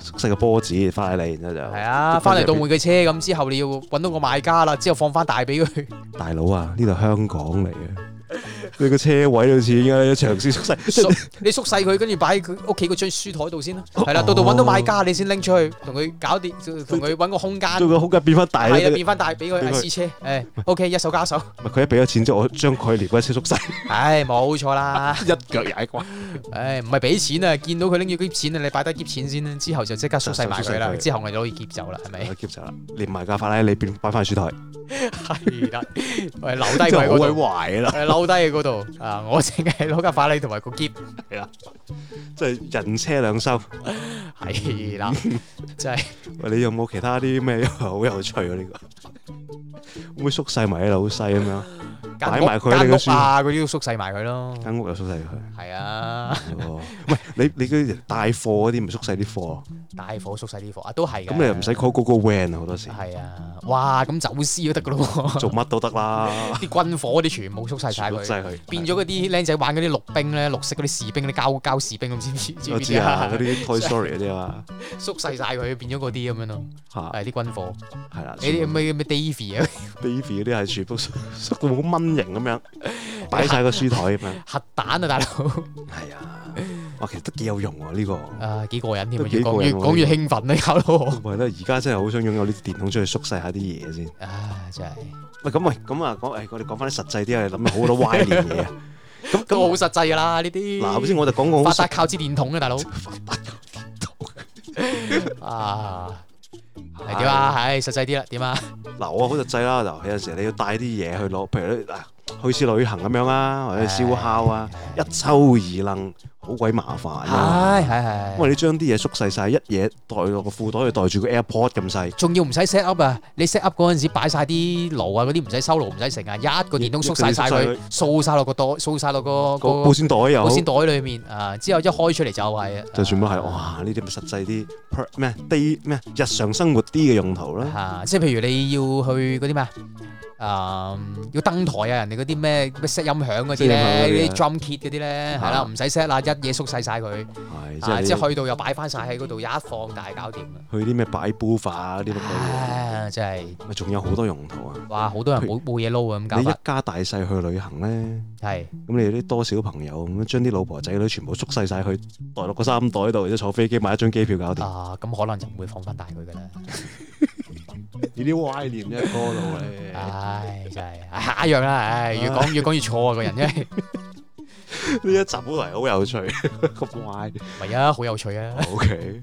縮細個波子翻嚟你，然之後系啊，翻嚟到換嘅車咁之後，你要揾到個賣家啦，之後放翻大俾 佢。就大佬啊，呢度香港嚟嘅，你個車位好似應該長線縮細，即係 縮你縮細佢，跟住擺喺佢屋企嗰張書台度先啦。 哦係啦，到到揾到賣家，你先拎出去，同佢搞掂， 同佢揾個空間，將個空間變翻大係啊，咧。變翻大俾佢俾佢試車。誒，OK，一手加 一手。唔係佢一俾咗錢之後，我將佢連嗰車縮細，唉，冇錯啦。一 腳踩瓜。唉，唔係俾錢啊，見到佢拎住啲錢啊，你擺低啲錢先啦，之後就即刻縮細埋佢縮細啦。佢之後我哋可以劫走啦，係咪？劫走啦，連埋架法拉利變擺翻書台，係啦，喂，留低真佢係喺好嗰鬼度。壞啦！誒留低喺嗰度啊！我淨係攞架法拉利同埋個劫。即係人車兩收。係啦，真係喂，你有冇其他啲咩好有趣啊？呢個會唔會縮細埋啲老細咁樣？擺埋佢間你個屋啊，嗰啲都縮細埋 佢咯。間屋又縮細佢。係啊，哦，喂，你你嗰啲帶貨嗰啲咪縮細啲貨，大火縮細啲火啊，都係嘅。咁你又唔使 call 嗰個 van 啊，好多 時係啊，哇！咁走私都得噶咯 喎，做乜都得啦，啲軍火嗰啲全部縮細晒縮佢，細佢變咗嗰啲僆仔玩嗰啲綠兵咧，綠色嗰啲士兵，啲膠膠士兵咁知唔知？知我唔知知啊啊，？嗰啲 Toy Story 嗰啲啊，縮細晒佢，變咗嗰啲咁樣咯，嚇係啲軍火，呢係啦，啲咩咩 Davy 啊， baby 嗰啲係全部縮 縮到好蚊型咁 樣，擺晒個書台咁樣。核彈啊，大佬 係啊，哇，其實都幾有用喎呢個。啊，幾過癮添啊！都越幾講過癮越喎講越興奮啊，搞到我喂，咧而家真係好想擁有呢啲電筒出去縮細下啲嘢先。啊，真係喂，咁喂，咁啊講，誒，我哋講翻啲實際啲啊，諗咗好多歪念嘢 啊。咁都好咁實際㗎啦，呢啲嗱，頭先我就講過好發實達靠支電筒啊， 大佬！啊，係點啊？係實際啲啦，點啊？嗱，我好實際啦，嗱，有陣時你要帶啲嘢啊去攞，譬如咧嗱，去次旅行咁樣啊，或者燒烤啊，一抽二楞，好鬼麻煩啊！係係係因為你將啲嘢縮細晒，一嘢袋落個褲袋去袋住個 AirPod 咁細，仲要唔使 set up 啊！你 set up 嗰陣時擺晒啲爐啊，嗰啲唔使收爐，唔使成啊，一個電筒縮晒晒佢，掃晒落個袋，掃晒落個個保個鮮袋又保好，鮮袋裏面啊！之後一開出嚟就係啊，就全部係哇呢啲咪實際啲 per- 咩 day 咩日常生活啲嘅用途啦。啊！即係譬如你要去嗰啲咩啊？誒要登台啊！人哋嗰啲咩咩 set 音響嗰啲 set 音響嗰啲啊咧，啲 drum kit 嗰啲咧，係啦，啊唔使 set 啦，一嘢縮細晒佢，係啊！即即係係去到又擺翻晒喺嗰度，一放大搞掂啦！你去啲咩擺 booth 啊嗰啲乜鬼啊！真係嘢，咪仲有好多用途啊！哇！好多人冇冇嘢撈啊！咁搞你一法家大細去旅行咧，係咁你有啲多小朋友咁樣將啲老婆仔女全部縮細晒去袋落個衫袋度，然之後坐飛機買一張機票搞掂。啊！咁可能就唔會放翻大佢噶啦。呢啲歪念一哥佬嚟，唉，真係唉下一樣啦，唉，越講越講越錯啊！個 人，因為呢一集本嚟好有趣，咁歪。唔係啊，好有趣啊！ O K，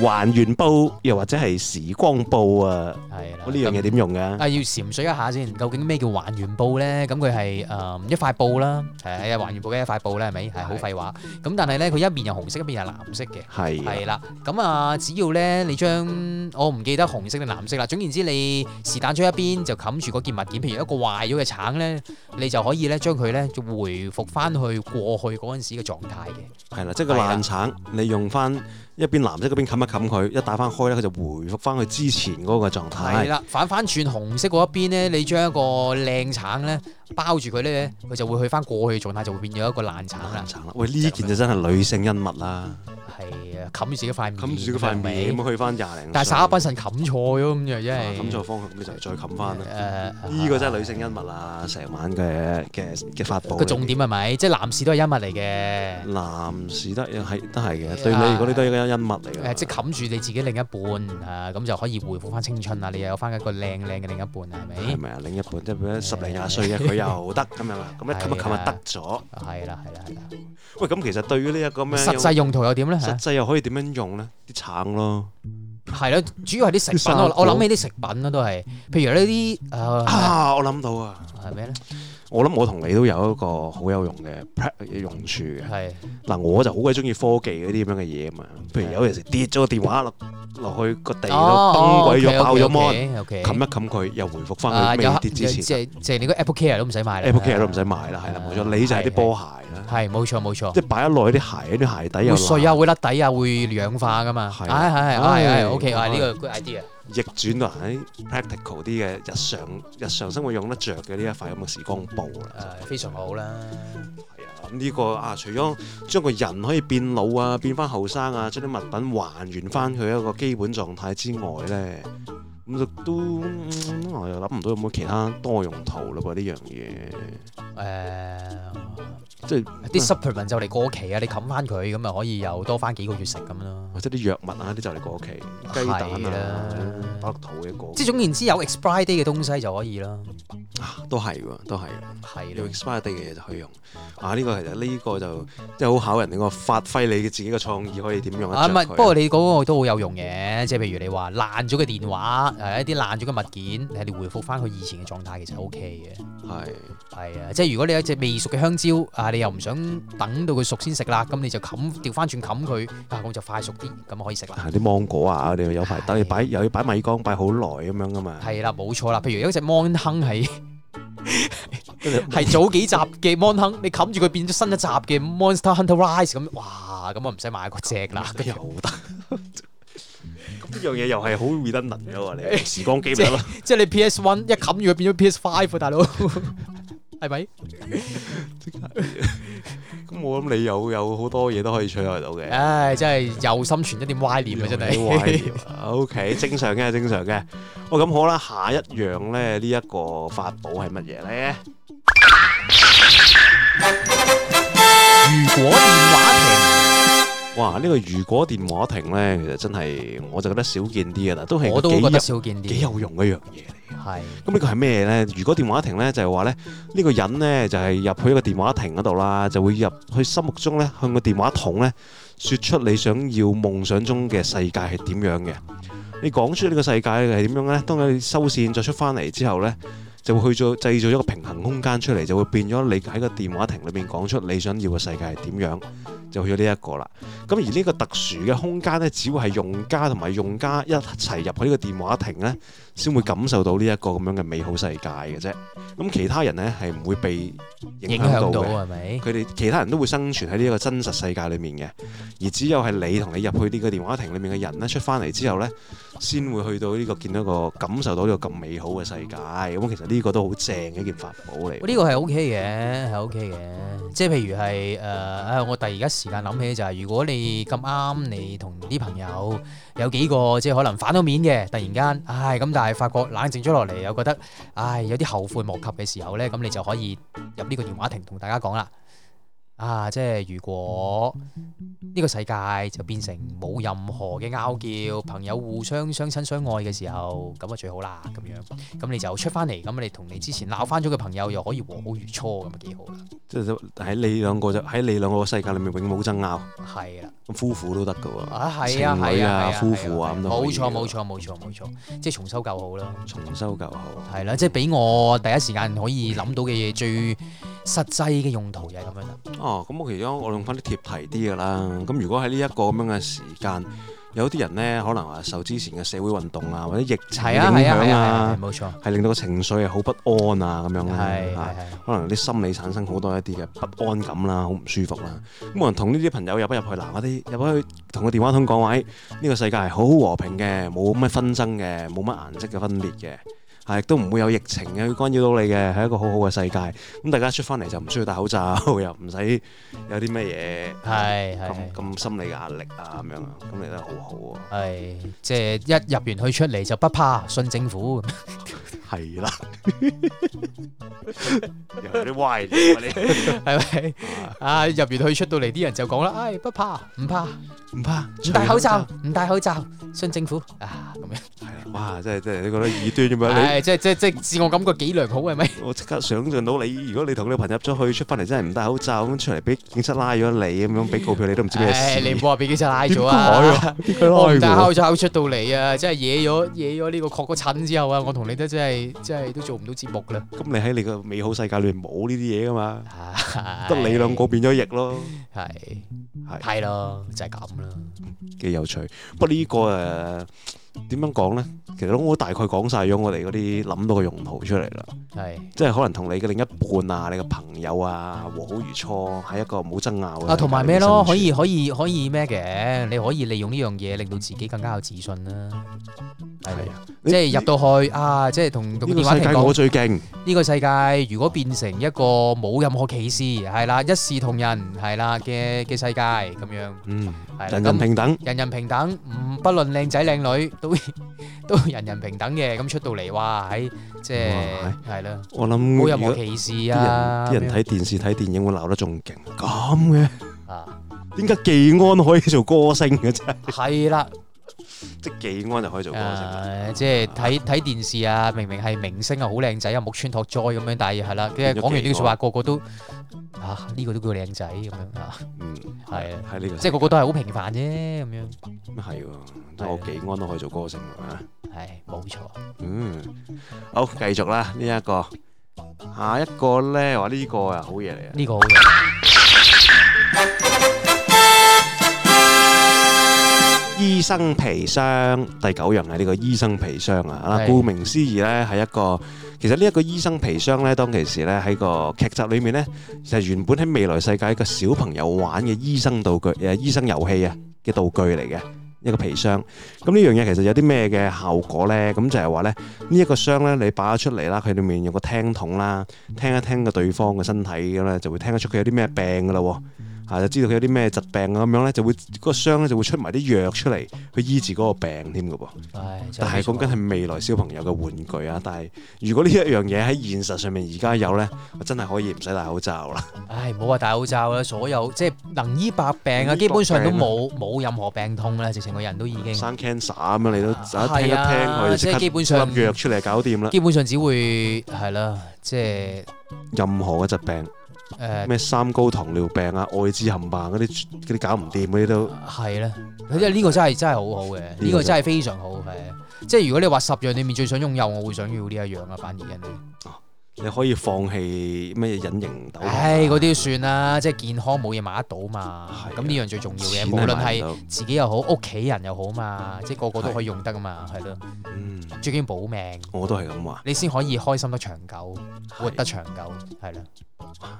還原報又或者係時光報啊，係啦，我呢樣嘢點用㗎？啊，要潛水一下先，究竟咩叫還原布咧？咁佢係誒一塊布啦，係啊，還原布嘅一塊布咧，係咪？係好廢話。咁但係咧，佢一面係紅色，一面係藍色嘅。係係啦，咁啊，只要咧你將我唔記得紅色定藍色啦，總言之你是但將一邊就冚住嗰件物件，譬如一個壞咗嘅橙咧，你就可以咧將佢咧就回復翻去過去嗰陣時嘅狀態嘅。係啦，即係個係啦爛橙，你用翻一邊藍色嗰邊冚一冚佢，一打翻開咧，佢就回復翻佢之前嗰個狀係態。啦，反翻轉紅色嗰一邊咧，你將一個靚橙咧包住佢咧，佢就會去翻過去嘅狀態，就會變咗一個爛橙啦爛。橙啦，喂呢件就真係女性恩物啦，係啊，冚住自己塊面，冚住嗰塊面咁去翻廿零歲。啊但係稍一不慎冚錯咗咁就真係啊冚錯方向，咁你就再冚翻啦。誒呢個真係女性恩物啊！成晚嘅嘅嘅法寶嚟嘅。個重點係咪？即係男士都係恩物嚟嘅，男士得係都係嘅，對你嚟講你都係一個恩物嚟啊誒嘅。即係冚住你自己另一半啊，咁就可以回復翻青春啦。你又有翻一個靚靚嘅另一半啊，係係咪？咪啊？另一半即係十零廿 歲嘅佢又得咁樣啊啦，咁啊一冚一冚就得咗。係啦，係啦，係啦。喂，咁其實對於呢一個咩實際用啊途又點咧？嚇實際又可以點樣用咧？啲橙咯，係啦，主要係啲食啲品，生我果我諗起啲食品啦，都係，譬如呢啲誒啊，我諗到啊，係咩咧？我諗我同你都有一個好有用嘅 pra- 用處嘅。係嗱，我就好鬼中意科技嗰啲咁樣嘅嘢啊嘛，譬如有陣時跌咗個電話落落去個地度，哦崩鬼咗爆咗 mon，冚 mon，冚一冚佢又回復啊翻佢有未跌之前即。係即係你個 Apple Care 都唔使買啦嗯 Apple Care 都唔使買啦，係啦，冇錯，你就係啲波鞋啦，係冇錯冇錯即，係擺得耐啲鞋，啲鞋底又會碎啊，爛會甩底啊，會氧化噶嘛。係係係係唉係係 OK，係唉呢個 good idea。逆轉到人喺 practical 啲嘅日常日常生活用得着嘅呢一塊咁嘅時光布啦。誒非常好啦，係啊，咁呢個啊，除咗將個人可以變老啊，變翻後生啊，將啲物品還原翻佢一個基本狀態之外咧，咁就都嗯我又諗唔到有冇其他多用途嘞噃呢樣嘢，誒即係啲 supplement 就嚟過期啊，你冚翻佢咁啊，可以又多翻幾個月食咁咯。或者啲藥物啊，啲就嚟過期，雞係蛋啦啊，包落肚嘅過期即係總言之，有 expire day 嘅東西就可以啦。啊，都係喎，都係喎。係要啦， expire date 嘅嘢就可以用啊！呢、個其實呢個就即係好考人你個發揮你嘅自己嘅創意可以點用得啊着唔佢係，不過你嗰個都好有用嘅，即係譬如你話爛咗嘅電話，誒一啲爛咗嘅物件，你係你回復翻佢以前嘅狀態，其實 OK 嘅。係係啊，即係如果你有一隻未熟嘅香蕉，啊你又唔想等到佢熟先食啦，咁你就冚掉翻轉冚佢，啊咁就快熟啲，咁可以食啦。啊啲芒果啊，你有排等你係擺又要擺米缸擺好耐咁樣噶嘛，係啦，冇錯啦。譬如有一隻 mon 亨係跟住係早幾集嘅 mon 亨，你冚住佢變咗新一集嘅 Monster Hunter Rise 咁，哇咁啊唔使買嗰只啦。 嗱又得。咁呢樣嘢又係好 redundant 嘅喎， 你時光機咪得咯，即係你 PS One 一冚住佢變咗 PS Five 啊，大佬係咪？咁我諗你有有好多嘢都可以取代到 嘅。唉，真係又心存啊一點歪念啊，真係。 O K，正常嘅，正常嘅。哦，咁好啦，下一樣咧，呢、一個法寶係乜嘢咧？如果電話哇！呢、個如果電話亭呢，其實真係我就覺得少見啲嘅啦，都係亭，我都幾覺有得少見幾啲。有用嘅一樣嘢嚟。係咁呢個係咩呢？如果電話亭呢，就係話呢，呢、個人呢，就係入去一個電話亭嗰度啦，就會入去心目中呢，向個電話筒呢，説出你想要夢想中嘅世界係點樣嘅。你講出呢個世界係點樣呢？當你收線再出翻嚟之後呢，就會去做製造一個平衡空間出嚟，就會變咗你喺個電話亭裏面講出你想要嘅世界係點樣，就去咗呢一個啦。咁而呢個特殊嘅空間呢，只會係用家同埋用家一齊入去呢個電話亭呢，先會感受到呢一個咁樣嘅美好世界嘅啫。咁其他人呢，係唔會被影影響響到到啊嘅。係咪？佢哋其他人都會生存喺呢一個真實世界裏面嘅，而只有係你同你入去呢個電話亭裏面嘅人呢，出翻嚟之後呢，先會去到呢、個見到一個感受到呢個咁美好嘅世界。咁其實呢個都好正嘅一件法寶嚟。呢個係 OK 嘅，係 OK 嘅。即係譬如係誒、呃啊我突然間時間諗起就係、如果你咁啱你同啲朋友有幾個即係可能反咗面嘅，突然間，唉咁，但係發覺冷靜咗落嚟，又覺得唉有啲後悔莫及嘅時候呢，咁你就可以入呢個電話亭同大家講啦。啊，即係如果呢個世界就變成冇任何嘅拗撬，朋友互相相親相愛嘅時候，咁啊最好啦，咁樣。咁你就出翻嚟，咁你同你之前鬧翻咗嘅朋友又可以和好如初，咁啊幾好啦。即係喺你兩個就喺你兩個嘅世界裏面永冇爭拗，係啦，咁夫婦都得㗎喎。啊係啊情侶啊係啊，夫婦啊咁都可以冇錯嘅冇錯冇錯冇錯，即係重修舊好啦。重修舊好，係啦，即係俾我第一時間可以諗到嘅嘢，最實際嘅用途就係咁樣啦。哦，咁我其中我用翻啲貼題啲㗎啦。咁如果喺呢一個咁樣嘅時間，有啲人呢，可能話受之前嘅社會運動啊，或者疫情嘅係影啊係啊係響啊，係啊係，冇錯，係令到個情緒係好不安啊咁樣啦。係係啊係。可能啲心理產生好多一啲嘅不安感啊啦，好唔舒服啦。咁可能同呢啲朋友入一入去嗱，我哋入去同個電話筒講話，咦哎呢個世界係好和平嘅，冇乜紛爭嘅，冇乜顏色嘅分裂嘅，係亦都唔會有疫情嘅去干擾到你嘅，係一個好好嘅世界。咁大家出翻嚟就唔需要戴口罩，又唔 使有啲咩係嘢啊係咁係咁心理嘅壓力啊咁樣啊，咁你都係好好 喎。係，即係一入完去出嚟就不怕，信政府。係啦， 又有啲歪咗你，係咪？啊，入完去出到嚟啲人就講啦，唉，不怕，唔怕，唔唔怕，戴口罩，唔戴口罩，信政府啊，咁樣。係啦，哇！真係真係，你覺得異端咁樣，你唉，即係即係即係自我感覺幾良好係咪？我即刻想像到你，如果你同你朋友入咗去，出翻嚟真係唔戴口罩咁出嚟，俾警察拉咗你咁樣，俾告票你都唔知咩唉，事。你唔好話俾警察拉咗 點啊！邊個我唔戴拉口我？罩出到嚟啊，真係惹咗惹咗呢個確個診之後啊，我同你都真係真係都做唔到節目啦。咁你喺你個美好世界裏面冇呢啲嘢噶嘛？唉得你兩個變咗翼咯，係係係咯，就係咁啦。幾有趣。不過呢個誒點樣講咧？其實我大概講晒咗我哋嗰啲諗到嘅用途出嚟啦。係即係可能同你嘅另一半啊、你嘅朋友啊和好如初，喺一個冇爭拗嘅啊，同埋咩世界裏面生存咯？可以可以可以咩嘅？你可以利用呢樣嘢令到自己更加有自信啦。係係咪？啊，即係入到去啊！即係同同呢個電個話世亭界我講，最勁。呢個世界如果變成一個冇任何歧視，係啦，一視同仁，係啦嘅嘅世界咁樣，嗯，係啦，人人咁平等。人人平等，唔不論靚仔靚女都 都人人平等嘅，咁出到嚟哇，喺即係哇係啦，我諗冇如任何果歧視啲啊，人啲人咁樣睇電視睇電影會鬧得仲勁咁嘅，啊，點解技安可以做歌星嘅啫？ 係啦，啊即係技安就可以做歌星啊啦誒，即係睇睇電視啊，明明係明星啊，好靚仔啊，木村拓哉咁樣，但係係啦，跟住講完呢句説話，個個都啊呢個都叫靚仔咁樣 啊，嗯，係啊喺呢個即係個啊個都係好平凡啫咁樣，咁係喎，即係我技安都可以做歌星啊！係冇錯，嗯，好，繼續啦，呢一個，下一個咧，話呢個啊好嘢嚟啊！呢個好嘢，醫生皮箱第九樣係呢個醫生皮箱啊！嗱，係顧名思義呢，係一個其實呢一個醫生皮箱呢，當其時呢，喺個劇集裏面呢，就係原本喺未來世界一個小朋友玩嘅醫生道具誒醫生遊戲啊嘅道具嚟嘅一個皮箱。咁呢樣嘢其實有啲咩嘅效果呢？咁就係話呢，呢一個箱呢，你擺咗出嚟啦，佢裡面有個聽筒啦，聽一聽個對方嘅身體咁咧，就會聽得出佢有啲咩病噶啦喎。啊，就知道佢有啲咩疾病啊，咁樣咧就會嗰個箱咧就會出埋啲藥出嚟去醫治嗰個病添嘅噃。唉，真但係係講緊係未來小朋友嘅玩具啊！但係如果呢一樣嘢喺現實上面而家有咧，我真係可以唔使戴口罩啦。唉，唔好話戴口罩啦，所有即係能醫百病啊，能醫百基本上都冇冇任何病痛啦，直情個人都已經，生 cancer 咁樣你都啊一聽一聽佢，即係基本上粒藥出嚟搞掂啦。基本上只會係啦，即係任何嘅疾病誒咩三高糖尿病啊、愛滋冚棒嗰啲，嗰啲搞唔掂嗰啲都係啦，因為呢個真係真係好好嘅，呢個真係非常好係。即係如果你話十樣裡面最想擁有，我會想要呢一樣啊，反而人哋。你可以放棄咩隱形啊豆。唉，嗰啲算啦，即係健康冇嘢買得到嘛係啊。咁呢樣最重要嘅，錢係無論買唔到係自己又好，屋企人又好嘛，即係個個都可以用得噶嘛，係咯。嗯，最緊要保命，我都係咁話。你先可以開心得長久，活係得長久，係啦。啊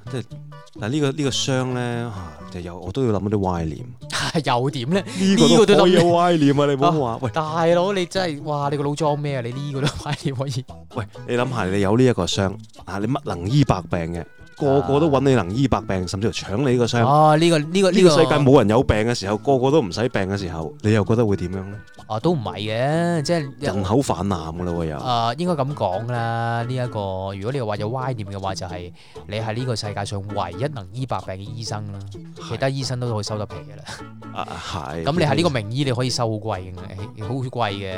嗱呢個呢個傷咧，啊就有我都要諗啲歪念。 又點咧？呢個都可以諗有歪念啊！你唔好話喂大佬你真係，哇！你個腦裝咩啊？你呢個都買嘢可以，喂，你諗下，你有呢一個傷啊，你乜能醫百病嘅，個個都揾你能醫百病，甚至乎搶你呢個傷。哦，啊呢個呢個啊呢呢個個世界冇人有病嘅時候，個個都唔使病嘅時候，你又覺得會點樣咧？啊，都唔係嘅，即係人口泛濫噶啦喎又。啊、應該咁講啦。呢、一個如果你話有歪念嘅話，就係、你係呢個世界上唯一能醫百病嘅醫生啦，其他醫生都可以收得皮嘅啦。啊係。咁你係呢個名醫，你可以收好貴嘅，好貴嘅。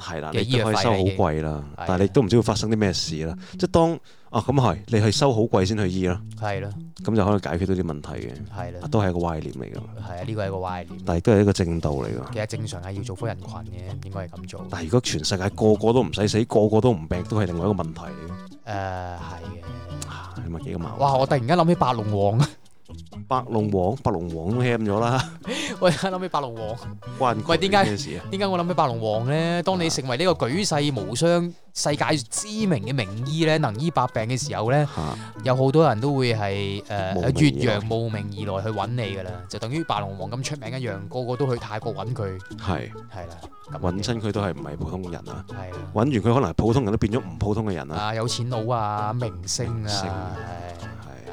係啦，嘅你醫都藥可以費收好啦已經貴啦，係啊但係你都唔知會發生啲咩事啦。即係當啊咁係，你係收好貴先去醫啦，係咯，咁就可以解決到啲問題嘅，係啊咯，都係一個歪念嚟噶，係啊，呢個係一個歪念。但係都係一個正道嚟噶。其實正常係要造福人群嘅，唔應該係咁做。誒但係如果全世界個個都唔使死，個個都唔病，都係另外一個問題嚟嘅係嘅。啊。你咪幾個矛盾？哇！我突然間諗起白龍王 啊！白龍王，白龍王都 ham 咗啦，我突然間諗起白龍王，關喂點解佢咩事啊？點解我諗起白龍王呢？當你成為呢個舉世無雙、世界知名嘅名醫呢，能醫百病嘅時候呢。嚇有好多人都會係誒慕名喺而越洋來慕名而來去揾你㗎啦，就等於白龍王咁出名一樣，個個都去泰國揾佢，係係啦，咁揾嘅親佢都係唔係普通人啊？係啦，揾完佢可能係普通人都變咗唔普通嘅人啊？啊有錢佬啊，明星明星啊啊，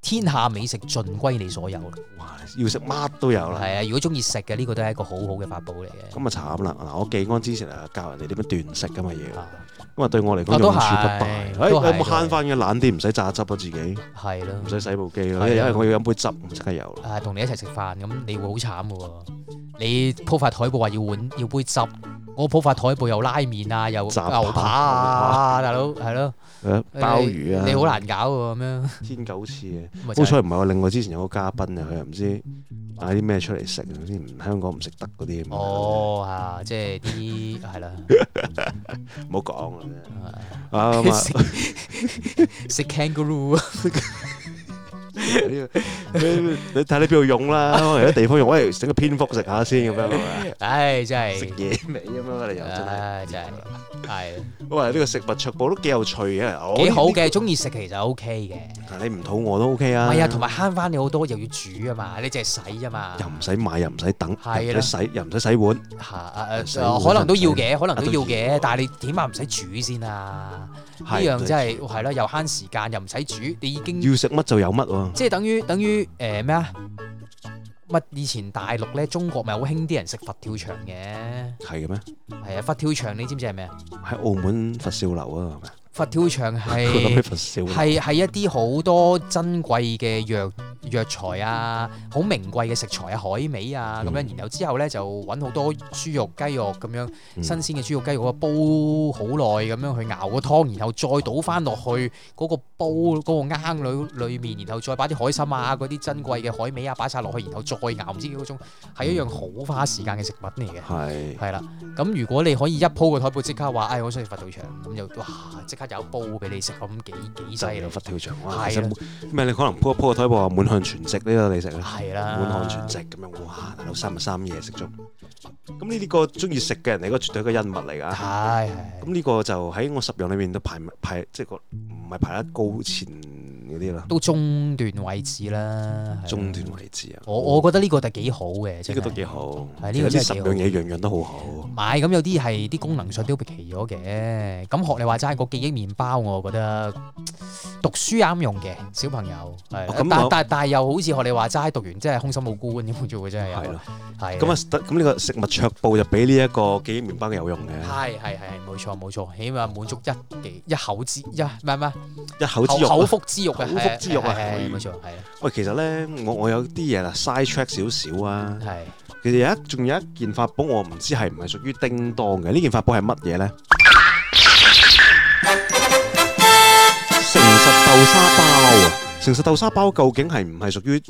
天下美食盡歸你所有。哇！要食乜都有啦。係啊，如果中意食嘅呢個都係一個好好嘅法寶嚟嘅。咁啊慘啦！嗱，我記安之前啊教人哋點樣斷食噶嘛要，啊，咁啊對我嚟講啊用處不都大。係誒，都我係冇慳翻嘅懶啲，唔使榨汁咯自己，係唔咯。使洗部機係啊咯，因為我要飲杯汁，唔即刻有啦。啊，同你一齊食飯咁，你會好慘嘅喎。你鋪塊台布話要碗要杯汁，我鋪塊台布又拉麵啊，又雜牛扒啊，大佬係咯，誒，鮑魚啊，你好難搞喎咁樣。天九翅啊！咪就好係彩唔係我，另外之前有個嘉賓啊，佢又唔知嗌啲咩出嚟食，啲唔香港唔食得嗰啲。，哦啊，即係啲係啦，唔好講啦真係。 啊啊咁啊食食 kangaroo 呢個你你睇你邊度用啦，可能有啲地方用，喂，整個蝙蝠食下先咁樣係 嘛。唉，真食係，野味咁樣，你又真唉，係真係，係哇！呢個食物桌布都幾有趣嘅，我幾好呢嘅，中意食其實 O K 嘅。啲。你唔肚餓都 OK 啊。係啊，同埋慳翻你好多，又要煮啊嘛，你淨係洗啊嘛。又唔使買，又唔使等，係又唔使洗，又唔使洗碗，嚇誒洗誒碗可能都要啊真嘅，可能都要啊都要嘅，但係你起碼唔使煮先啊！呢係樣真係係啦，又慳時間，又唔使煮，你已經要食乜就有乜喎。即係等於等於誒咩啊？乜以前大陸咧，中國咪好興啲人食佛跳牆嘅，係嘅咩？係啊，佛跳牆你知唔知係咩啊？喺澳門佛笑樓啊，係咪？佛跳 牆佢諗起係佛笑樓，係係一啲好多珍貴嘅藥藥材啊，好名貴嘅食材啊，海味嗯啊咁樣，然後之後咧就揾好多豬肉、雞肉咁樣。嗯新鮮嘅豬肉雞肉啊，煲好耐咁樣去熬個湯，然後再倒翻落去嗰個煲嗰、個罌裏裏面，然後再擺啲海參啊、嗰啲珍貴嘅海味啊擺晒落去，然後再熬唔知幾個鐘，係一樣好花時間嘅食物嚟嘅。係係啦，咁如果你可以一鋪個台布即刻話，唉、哎我想食佛跳牆，咁就哇即刻有煲俾你食，咁幾幾犀真係利有。佛跳牆係哇！啊其實每咩？你可能鋪一鋪個台布話滿漢全席呢個你食啦，係啦，滿漢全席咁樣哇！大佬三日三夜食粥，咁呢啲個中意食嘅人嚟，個絕對係一個恩物嚟㗎。係係咁呢個就喺我十樣裏面都排排即係個唔係排得高前嗰啲啦，都中段位置啦，係啦中段位置啊，我我覺得呢個就幾好嘅，呢真個都係。幾好，係呢個其實呢真係十幾好樣嘢樣樣都好好。唔係咁有啲係啲功能上都被奇咗嘅，咁學你話齋個記憶麵包，我覺得嗯讀書啱用嘅小朋友係哦咁，但我但但係又好似學你話齋讀完真係空心老官咁做嘅真係有，係咯，係咁啊，得咁呢個食物桌布就俾呢一個記憶麵包有用嘅，係係係冇錯冇錯，起碼滿足一己一口之一，唔係唔係一哦口之口口肉。腹之欲啊，口係腹之欲啊係係係嗯冇錯係喂，其實咧，我我有啲嘢啦，side track 少少啊。係其實有一仲有一件法寶，我唔知係唔係屬於叮當嘅。呢件法寶係乜嘢呢？誠實豆沙包啊！誠實豆沙包究竟係唔係屬於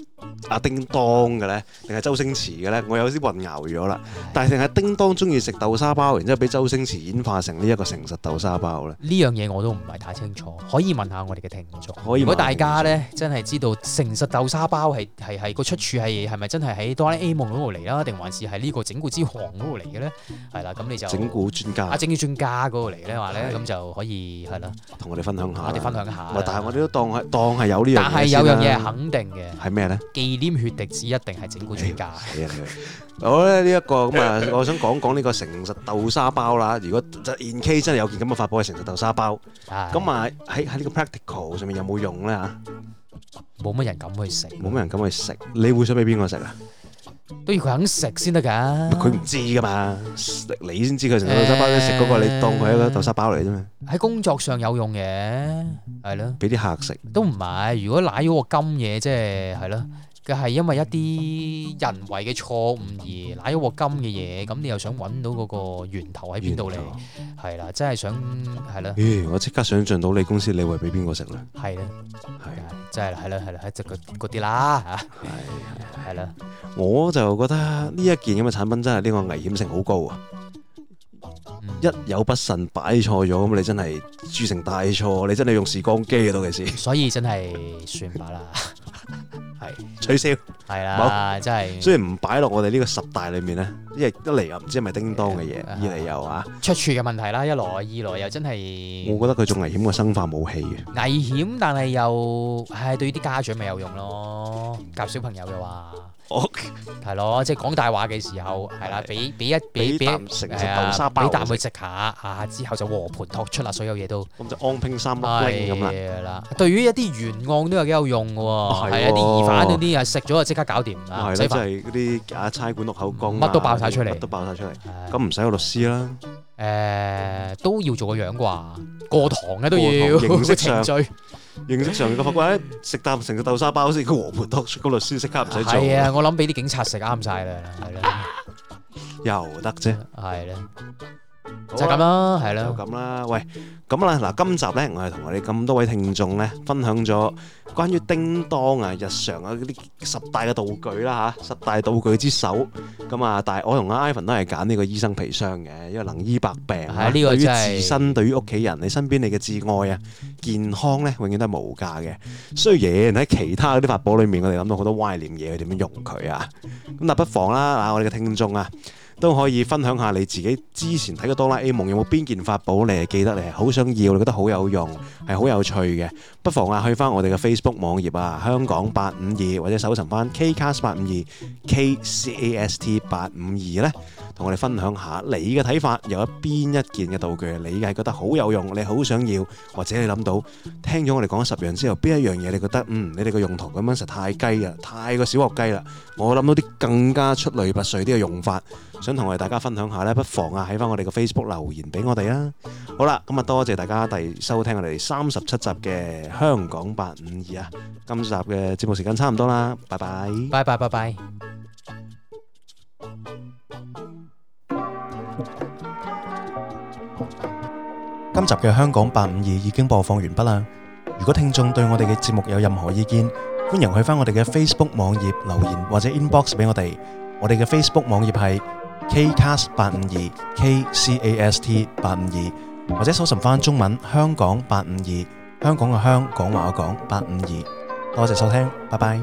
阿叮當嘅呢？定係周星馳嘅呢？我有啲混淆咗啦。但係定係叮當中意食豆沙包，然之後俾周星馳演化成呢一個誠實豆沙包呢？呢樣嘢我都唔係太清楚，可以問下我哋嘅聽眾。可以問如果大家咧真係知道誠實豆沙包係係係個出處係係咪真係喺哆啦 A 夢嗰度嚟啦，定還是係呢個整蠱之王嗰度嚟嘅咧？係啦，咁你就整蠱專啊家整蠱專家嗰度嚟咧話咧，係咁就可以係啦，同我哋分享下啦。我哋分享一下啦喂。但係我哋都當係當係有呢樣嘢但係有樣嘢先係啦肯定嘅，係咩呢？忌廉血滴子一定係整蠱專家。死啊你！ 好咧，呢一個咁 啊，我想講講呢個誠實豆沙包啦。如果 in K 真係有件咁嘅法寶係誠實豆沙包，咁咁啊喺喺呢個 practical 上面有冇用咧嚇？冇乜人敢去食，冇乜人敢去食，你會想俾邊個食啊？都要佢肯食先得㗎。佢唔知噶嘛，你先知佢誠實豆沙包。你食嗰個你當佢係一個豆沙包嚟啫嘛，喺工作上有用嘅，係咯。俾啲客食。都唔係，如果舐咗個金嘢，即係係咯，佢係因為一啲人為嘅錯誤而舐咗個金嘅嘢，咁你又想揾到嗰個源頭喺邊度嚟？係啦，真係想係啦，咦！我即刻想像到你公司你會俾邊個食咧？係啦，係真係係啦，係啦，係即係嗰嗰啲啦係，嚇，係啦，我就覺得呢一件咁嘅產品真係呢個危險性好高啊！嗯一有不慎擺錯咗，咁你真係鑄成大錯，你真係用時光機啊！到其時所以真係算吧啦，取消。係啦，真係雖然唔擺落我哋呢個十大裏面咧，因為一嚟又唔知係咪叮當嘅嘢，啊二嚟又啊，出處嘅問題啦，一來二來又真係我覺得佢仲危險過生化武器嘅。危險，但係又唉對啲家長咪有用咯，教小朋友嘅話。我係咯，即係講大話嘅時候，係啦，係俾俾一俾俾俾啖誠實係啊豆沙包俾啖佢食下，啊之後就和盤托出啦，所有嘢都咁就安拼三粒拎咁啦。係啦。對於一啲原案都有幾有用嘅啊喎，係係啊，喎啲疑犯嗰啲啊食咗就即刻搞掂啦，係唔啦，使即煩。係嗰啲啊差館落口供啊，乜都爆晒出嚟乜都爆晒出嚟。係咁唔使有律師啦，誒都要做個樣啩，過堂嘅都要過堂形個式程 上序。認識上面嘅法官咧，食啖誠實豆沙包先，個和盤托出，個律師即刻唔使做，係啊，我諗俾啲警察食啱晒啦，係啦，又得啫。係啦，好啊就係咁啦，就係啦，咁啦，喂，咁啦，嗱，今集呢，我哋同我哋咁多位聽眾呢，分享咗關於叮當啊日常啊嗰啲十大嘅道具啦吓，十大道具之首。咁啊，但係我同阿 Ivan 都係揀呢個醫生皮箱嘅，因為能醫百病啊。係呢個對於真係自身，對於屋企人，你身邊你嘅摯愛啊，健康呢，永遠都係無價嘅。雖然喺其他嗰啲法寶裏面，我哋諗到好多歪念嘢，點樣用佢啊？咁但不妨啦，嗱，我哋嘅聽眾啊。都可以分享下你自己之前睇嘅哆啦 A 夢有冇邊件法寶你係記得你係好想要，你覺得好有用，係好有趣嘅。不妨啊去翻我哋嘅 Facebook 網頁啊，香港八五二或者搜尋翻 Kcast 八五二 KCAST 八五二呢，同我哋分享下你嘅睇法，有邊一件嘅道具你係覺得好有用，你好想要，或者你諗到聽咗我哋講十樣之後，邊一樣嘢你覺得嗯你哋嘅用途咁樣實太雞啦，太過小學雞啦，我諗到啲更加出類拔萃啲嘅用法。想同我哋大家分享下咧，不妨啊喺翻我哋嘅 Facebook 留言俾我哋啦。好啦，咁啊多謝大家第收聽我哋三十七集嘅香港八五二啊，今集嘅節目時間差唔多啦，拜拜。拜拜拜拜。今集嘅香港八五二已經播放完畢啦。如果聽眾對我哋嘅節目有任何意見，歡迎去翻我哋嘅 Facebook 網頁留言或者 inbox 俾我哋。我哋嘅 Facebook 網頁係 Kcast 八五二 KCAST 八五二，或者搜尋翻中文香港八五二，香港嘅香，講話嘅講八五二。多謝收聽，拜拜。